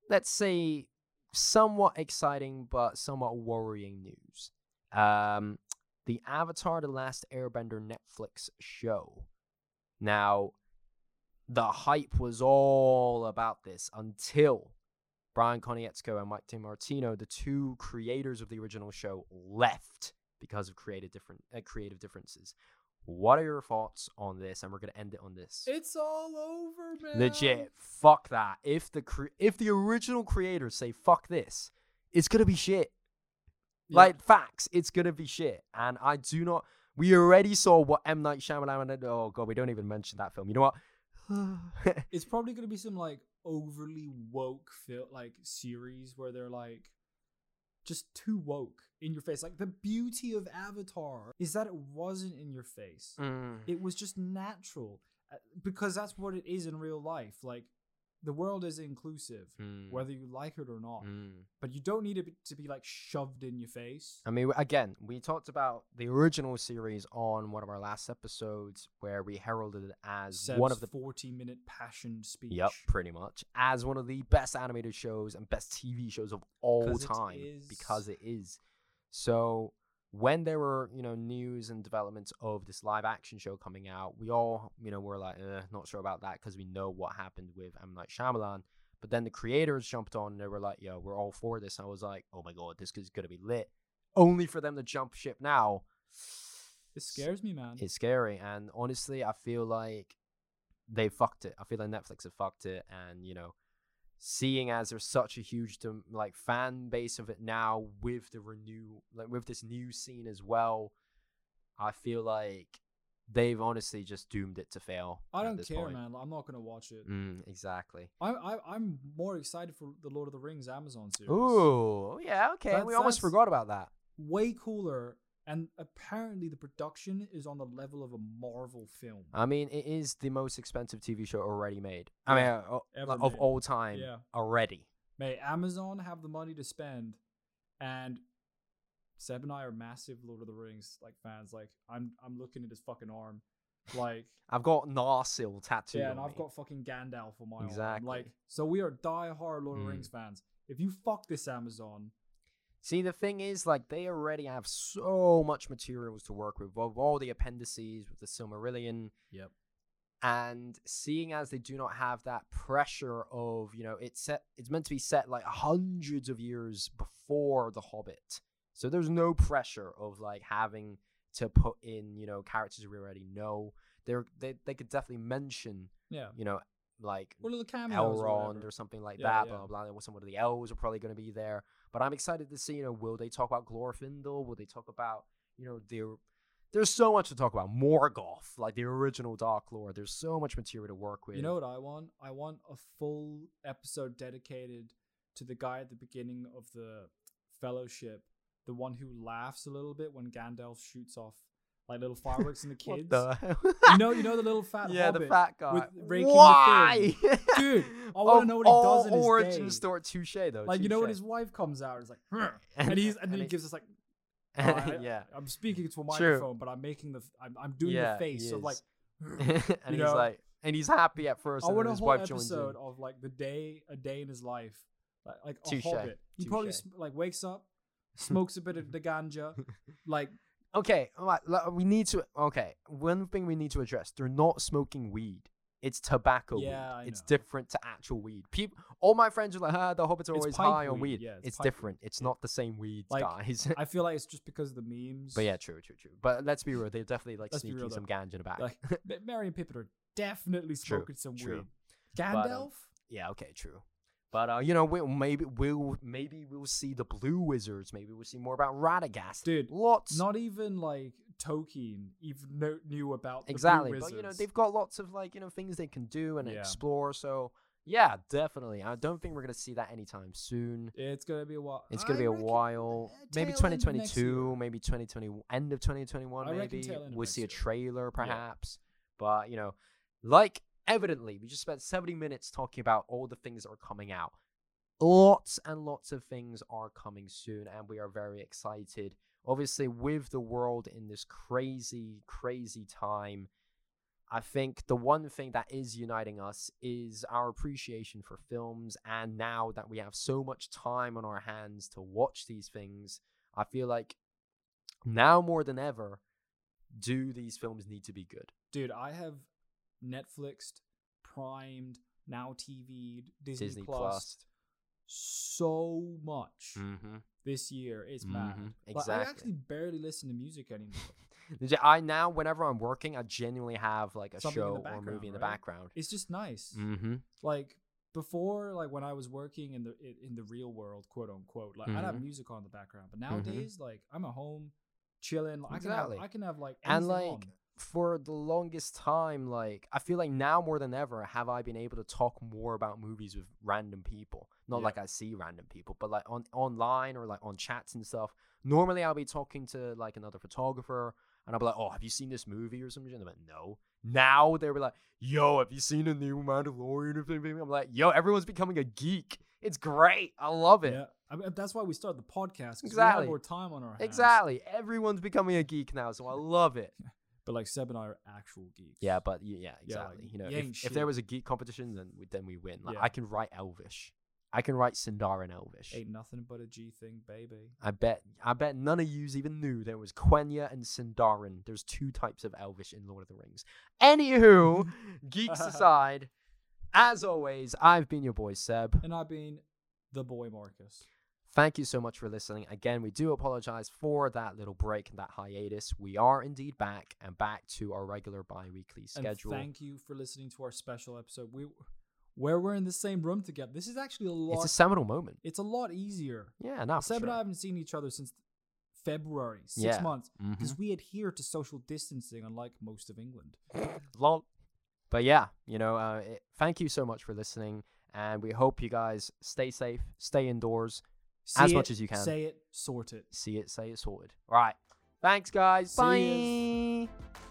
Speaker 1: let's say, somewhat exciting but somewhat worrying news. Um, the Avatar: The Last Airbender Netflix show. Now, the hype was all about this until Brian Konietzko and Mike DiMartino, the two creators of the original show, left because of creative different uh, creative differences. What are your thoughts on this? And we're gonna end it on this.
Speaker 2: It's all over, man.
Speaker 1: Legit, fuck that. If the cre- if the original creators say fuck this, it's gonna be shit.
Speaker 2: Yeah.
Speaker 1: Like facts, it's gonna be shit. And I do not. We already saw what M Night Shyamalan. and- Oh god, we don't even mention that film. You know
Speaker 2: Mm.
Speaker 1: what?
Speaker 2: it's probably going to be some like overly woke feel like series where they're like just too woke in your face like the beauty of avatar is that it wasn't in your face
Speaker 1: Mm.
Speaker 2: it was just natural Uh, because that's what it is in real life like the world is inclusive
Speaker 1: Mm.
Speaker 2: whether you like it or not
Speaker 1: Mm.
Speaker 2: but you don't need it to be like shoved in your face
Speaker 1: I mean, again, we talked about the original series on one of our last episodes where we heralded it as one of the
Speaker 2: 40 minute passion speech
Speaker 1: Yep, pretty much. As one of the best animated shows and best TV shows of all
Speaker 2: 'Cause it
Speaker 1: time
Speaker 2: is.
Speaker 1: because it is. So when there were, you know, news and developments of this live action show coming out, we all, you know, were like, eh, not sure about that because we know what happened with M Night Shyamalan. But then the creators jumped on and they were like, yo, we're all for this. I was like, oh my god, this is gonna be lit. Only for them to jump ship now.
Speaker 2: it scares me man
Speaker 1: It's scary, and honestly, I feel like they fucked it. I feel like Netflix have fucked it, and you know, seeing as there's such a huge dem- like fan base of it now with the renew like with this new scene as well, I feel like they've honestly just doomed it to fail.
Speaker 2: i
Speaker 1: at
Speaker 2: don't
Speaker 1: this
Speaker 2: care
Speaker 1: point.
Speaker 2: man Like, i'm not gonna watch it
Speaker 1: Mm, exactly.
Speaker 2: I, I, I'm more excited for the Lord of the Rings Amazon series.
Speaker 1: Ooh, yeah, okay.
Speaker 2: That's-
Speaker 1: we almost
Speaker 2: that's-
Speaker 1: forgot about that.
Speaker 2: Way cooler. And apparently, the production is on the level of a Marvel film.
Speaker 1: I mean, it is the most expensive TV show already made. I mean, uh, o-
Speaker 2: Ever
Speaker 1: like, of
Speaker 2: made.
Speaker 1: all time,
Speaker 2: Yeah.
Speaker 1: already.
Speaker 2: May Amazon have the money to spend. And Seb and I are massive Lord of the Rings like fans. Like, I'm I'm looking at his fucking arm. Like,
Speaker 1: I've got Narsil tattooed.
Speaker 2: yeah,
Speaker 1: on
Speaker 2: and I've
Speaker 1: me.
Speaker 2: got fucking Gandalf on my arm.
Speaker 1: Exactly.
Speaker 2: Like, so we are die-hard Lord of
Speaker 1: Mm.
Speaker 2: the Rings fans. If you fuck this Amazon,
Speaker 1: See, the thing is, like, they already have so much materials to work with, with all the appendices, with the Silmarillion.
Speaker 2: Yep.
Speaker 1: And seeing as they do not have that pressure of, you know, it's set, it's meant to be set like hundreds of years before The Hobbit. So there's no pressure of like having to put in, you know, characters we already know. They're, they they could definitely mention,
Speaker 2: yeah.
Speaker 1: you know, like
Speaker 2: What are the cameos? or
Speaker 1: Elrond
Speaker 2: whatever?
Speaker 1: or something like
Speaker 2: Yeah,
Speaker 1: that.
Speaker 2: yeah.
Speaker 1: Blah blah. blah. Some of the elves are probably going to be there, but I'm excited to see. You know, will they talk about Glorfindel? Will they talk about you know the? There's so much to talk about. Morgoth, like the original Dark Lord. There's so much material to work with.
Speaker 2: You know what I want? I want a full episode dedicated to the guy at the beginning of the fellowship, the one who laughs a little bit when Gandalf shoots off like little fireworks in the
Speaker 1: What
Speaker 2: kids.
Speaker 1: the hell?
Speaker 2: You know, you know the little fat
Speaker 1: yeah, the
Speaker 2: hobbit?
Speaker 1: fat guy.
Speaker 2: with raking the
Speaker 1: Why,
Speaker 2: Dude, I wanna
Speaker 1: Of
Speaker 2: know what he does
Speaker 1: all
Speaker 2: in his
Speaker 1: origin
Speaker 2: day.
Speaker 1: story. Touche though.
Speaker 2: like you know when
Speaker 1: touche.
Speaker 2: his wife comes out, it's like, "Huh," and he's and, then he
Speaker 1: it-
Speaker 2: gives us like, "Oh, I-
Speaker 1: yeah,
Speaker 2: I'm speaking to a
Speaker 1: True.
Speaker 2: microphone, but I'm making the, f- I'm, I'm doing
Speaker 1: Yeah,
Speaker 2: the face
Speaker 1: he
Speaker 2: of like,
Speaker 1: is.
Speaker 2: "Huh."
Speaker 1: and
Speaker 2: you
Speaker 1: he's
Speaker 2: know?
Speaker 1: like, and he's happy at first,
Speaker 2: I
Speaker 1: and
Speaker 2: want
Speaker 1: then
Speaker 2: a
Speaker 1: his
Speaker 2: whole
Speaker 1: wife joins in.
Speaker 2: episode of like the day, a day in his life, like, like a
Speaker 1: Touche,
Speaker 2: hobbit. He probably
Speaker 1: touche.
Speaker 2: sm- like wakes up, smokes a bit of the ganja, like
Speaker 1: Okay, all right, l- we need to. Okay, one thing we need to address: they're not smoking weed. It's tobacco
Speaker 2: Yeah, I
Speaker 1: weed. It's
Speaker 2: know.
Speaker 1: different to actual weed. People, all my friends are like, ah, the hobbits are
Speaker 2: It's
Speaker 1: always
Speaker 2: pipe
Speaker 1: high on
Speaker 2: weed,
Speaker 1: weed.
Speaker 2: yeah, it's
Speaker 1: it's
Speaker 2: pipe weed,
Speaker 1: different. It's not the same weed,
Speaker 2: Like,
Speaker 1: guys.
Speaker 2: I feel like it's just because of the memes.
Speaker 1: but yeah, true, true, true. But let's be real; they're definitely like
Speaker 2: Let's be
Speaker 1: sneaking
Speaker 2: real,
Speaker 1: some ganja in the back.
Speaker 2: like Ma- Mary and Pippin are definitely
Speaker 1: True,
Speaker 2: smoking some
Speaker 1: true.
Speaker 2: weed.
Speaker 1: um,
Speaker 2: Gandalf,
Speaker 1: yeah, okay, true. But uh, you know, we'll, maybe we'll maybe we'll see the blue wizards. Maybe we'll see more about Radagast.
Speaker 2: Dude,
Speaker 1: lots
Speaker 2: not even like Tolkien even kno- knew about the Blue
Speaker 1: exactly but you know
Speaker 2: Wizards.
Speaker 1: they've got lots of like you know things they can do and
Speaker 2: Yeah.
Speaker 1: explore so yeah definitely i don't think we're going to see that anytime soon
Speaker 2: It's gonna be a while.
Speaker 1: it's going to
Speaker 2: I
Speaker 1: be a
Speaker 2: reckon,
Speaker 1: while
Speaker 2: uh,
Speaker 1: maybe
Speaker 2: tail end of next
Speaker 1: 2022
Speaker 2: year.
Speaker 1: maybe 2020 end of 2021
Speaker 2: I reckon
Speaker 1: maybe
Speaker 2: tail end of
Speaker 1: we'll
Speaker 2: next
Speaker 1: see a
Speaker 2: year.
Speaker 1: trailer perhaps but you know like evidently, we just spent 70 minutes talking about all the things that are coming out. Lots and lots of things are coming soon, and we are very excited. Obviously, with the world in this crazy, crazy time, I think the one thing that is uniting us is our appreciation for films. And now that we have so much time on our hands to watch these things, I feel like now more than ever, do these films need to be good?
Speaker 2: Dude, I have Netflixed, primed, now TV, Disney,
Speaker 1: Disney
Speaker 2: Plus,
Speaker 1: Plus.
Speaker 2: so much
Speaker 1: Mm-hmm.
Speaker 2: this year. It's mad.
Speaker 1: Mhm,
Speaker 2: Like, I
Speaker 1: exactly.
Speaker 2: actually barely listen to music anymore.
Speaker 1: I now, whenever I'm working, I genuinely have like a
Speaker 2: Something in the
Speaker 1: show or a movie in the background.
Speaker 2: background, it's just nice.
Speaker 1: Mm-hmm.
Speaker 2: Like before, like when I was working in the in- in the real world, quote unquote, like I'd have
Speaker 1: Mhm.
Speaker 2: music on in the background. But nowadays, like I'm at home chilling. Like,
Speaker 1: Exactly.
Speaker 2: I can have I can have like
Speaker 1: And,
Speaker 2: anything
Speaker 1: like,
Speaker 2: on.
Speaker 1: For the longest time, like I feel like now more than ever, have I been able to talk more about movies with random people? Not
Speaker 2: Yeah.
Speaker 1: like I see random people, but like on online or like on chats and stuff. Normally, I'll be talking to like another photographer, and I'll be like, "Oh, have you seen this movie or something?" And I'm like, "No." Now they were like, "Yo, have you seen a new Mandalorian?" or something?" I'm like, "Yo, everyone's becoming a geek. It's great. I love it."
Speaker 2: yeah. I mean, that's why we started the podcast. Exactly. We have
Speaker 1: Exactly.
Speaker 2: more time on our hands.
Speaker 1: Exactly. Everyone's becoming a geek now, so I love it.
Speaker 2: But like Seb and I are actual geeks.
Speaker 1: Yeah, but y- yeah,
Speaker 2: Yeah, like,
Speaker 1: exactly. you know,
Speaker 2: you ain't
Speaker 1: if, if there
Speaker 2: shit.
Speaker 1: was a geek competition, then we, then we win. Like,
Speaker 2: Yeah.
Speaker 1: I can write Elvish. I can write Sindar and Elvish.
Speaker 2: ain't nothing but a G thing, baby.
Speaker 1: I bet. I bet none of yous even knew there was Quenya and Sindarin. There's two types of Elvish in Lord of the Rings. Anywho, geeks
Speaker 2: Uh-huh.
Speaker 1: aside, as always, I've been your boy Seb.
Speaker 2: And I've been the boy Marcus.
Speaker 1: Thank you so much for listening. Again, we do apologize for that little break and that hiatus. We are indeed back and back to our regular bi weekly schedule.
Speaker 2: And thank you for listening to our special episode. We where we're in the same room together. This is actually a lot.
Speaker 1: it's a
Speaker 2: It's
Speaker 1: seminal moment.
Speaker 2: a, lot easier.
Speaker 1: Yeah, now
Speaker 2: Seb
Speaker 1: for
Speaker 2: and I
Speaker 1: sure.
Speaker 2: haven't seen each other since February, six
Speaker 1: Yeah.
Speaker 2: months,
Speaker 1: Mhm.
Speaker 2: because we adhere to social distancing, unlike most of England.
Speaker 1: Lol. But yeah, you know, uh, it, thank you so much for listening, and we hope you guys stay safe, stay indoors,
Speaker 2: See
Speaker 1: As much
Speaker 2: it,
Speaker 1: as you can.
Speaker 2: Say it, sort it.
Speaker 1: see it, say it sorted. All right, thanks guys.
Speaker 2: See
Speaker 1: Bye.
Speaker 2: yas.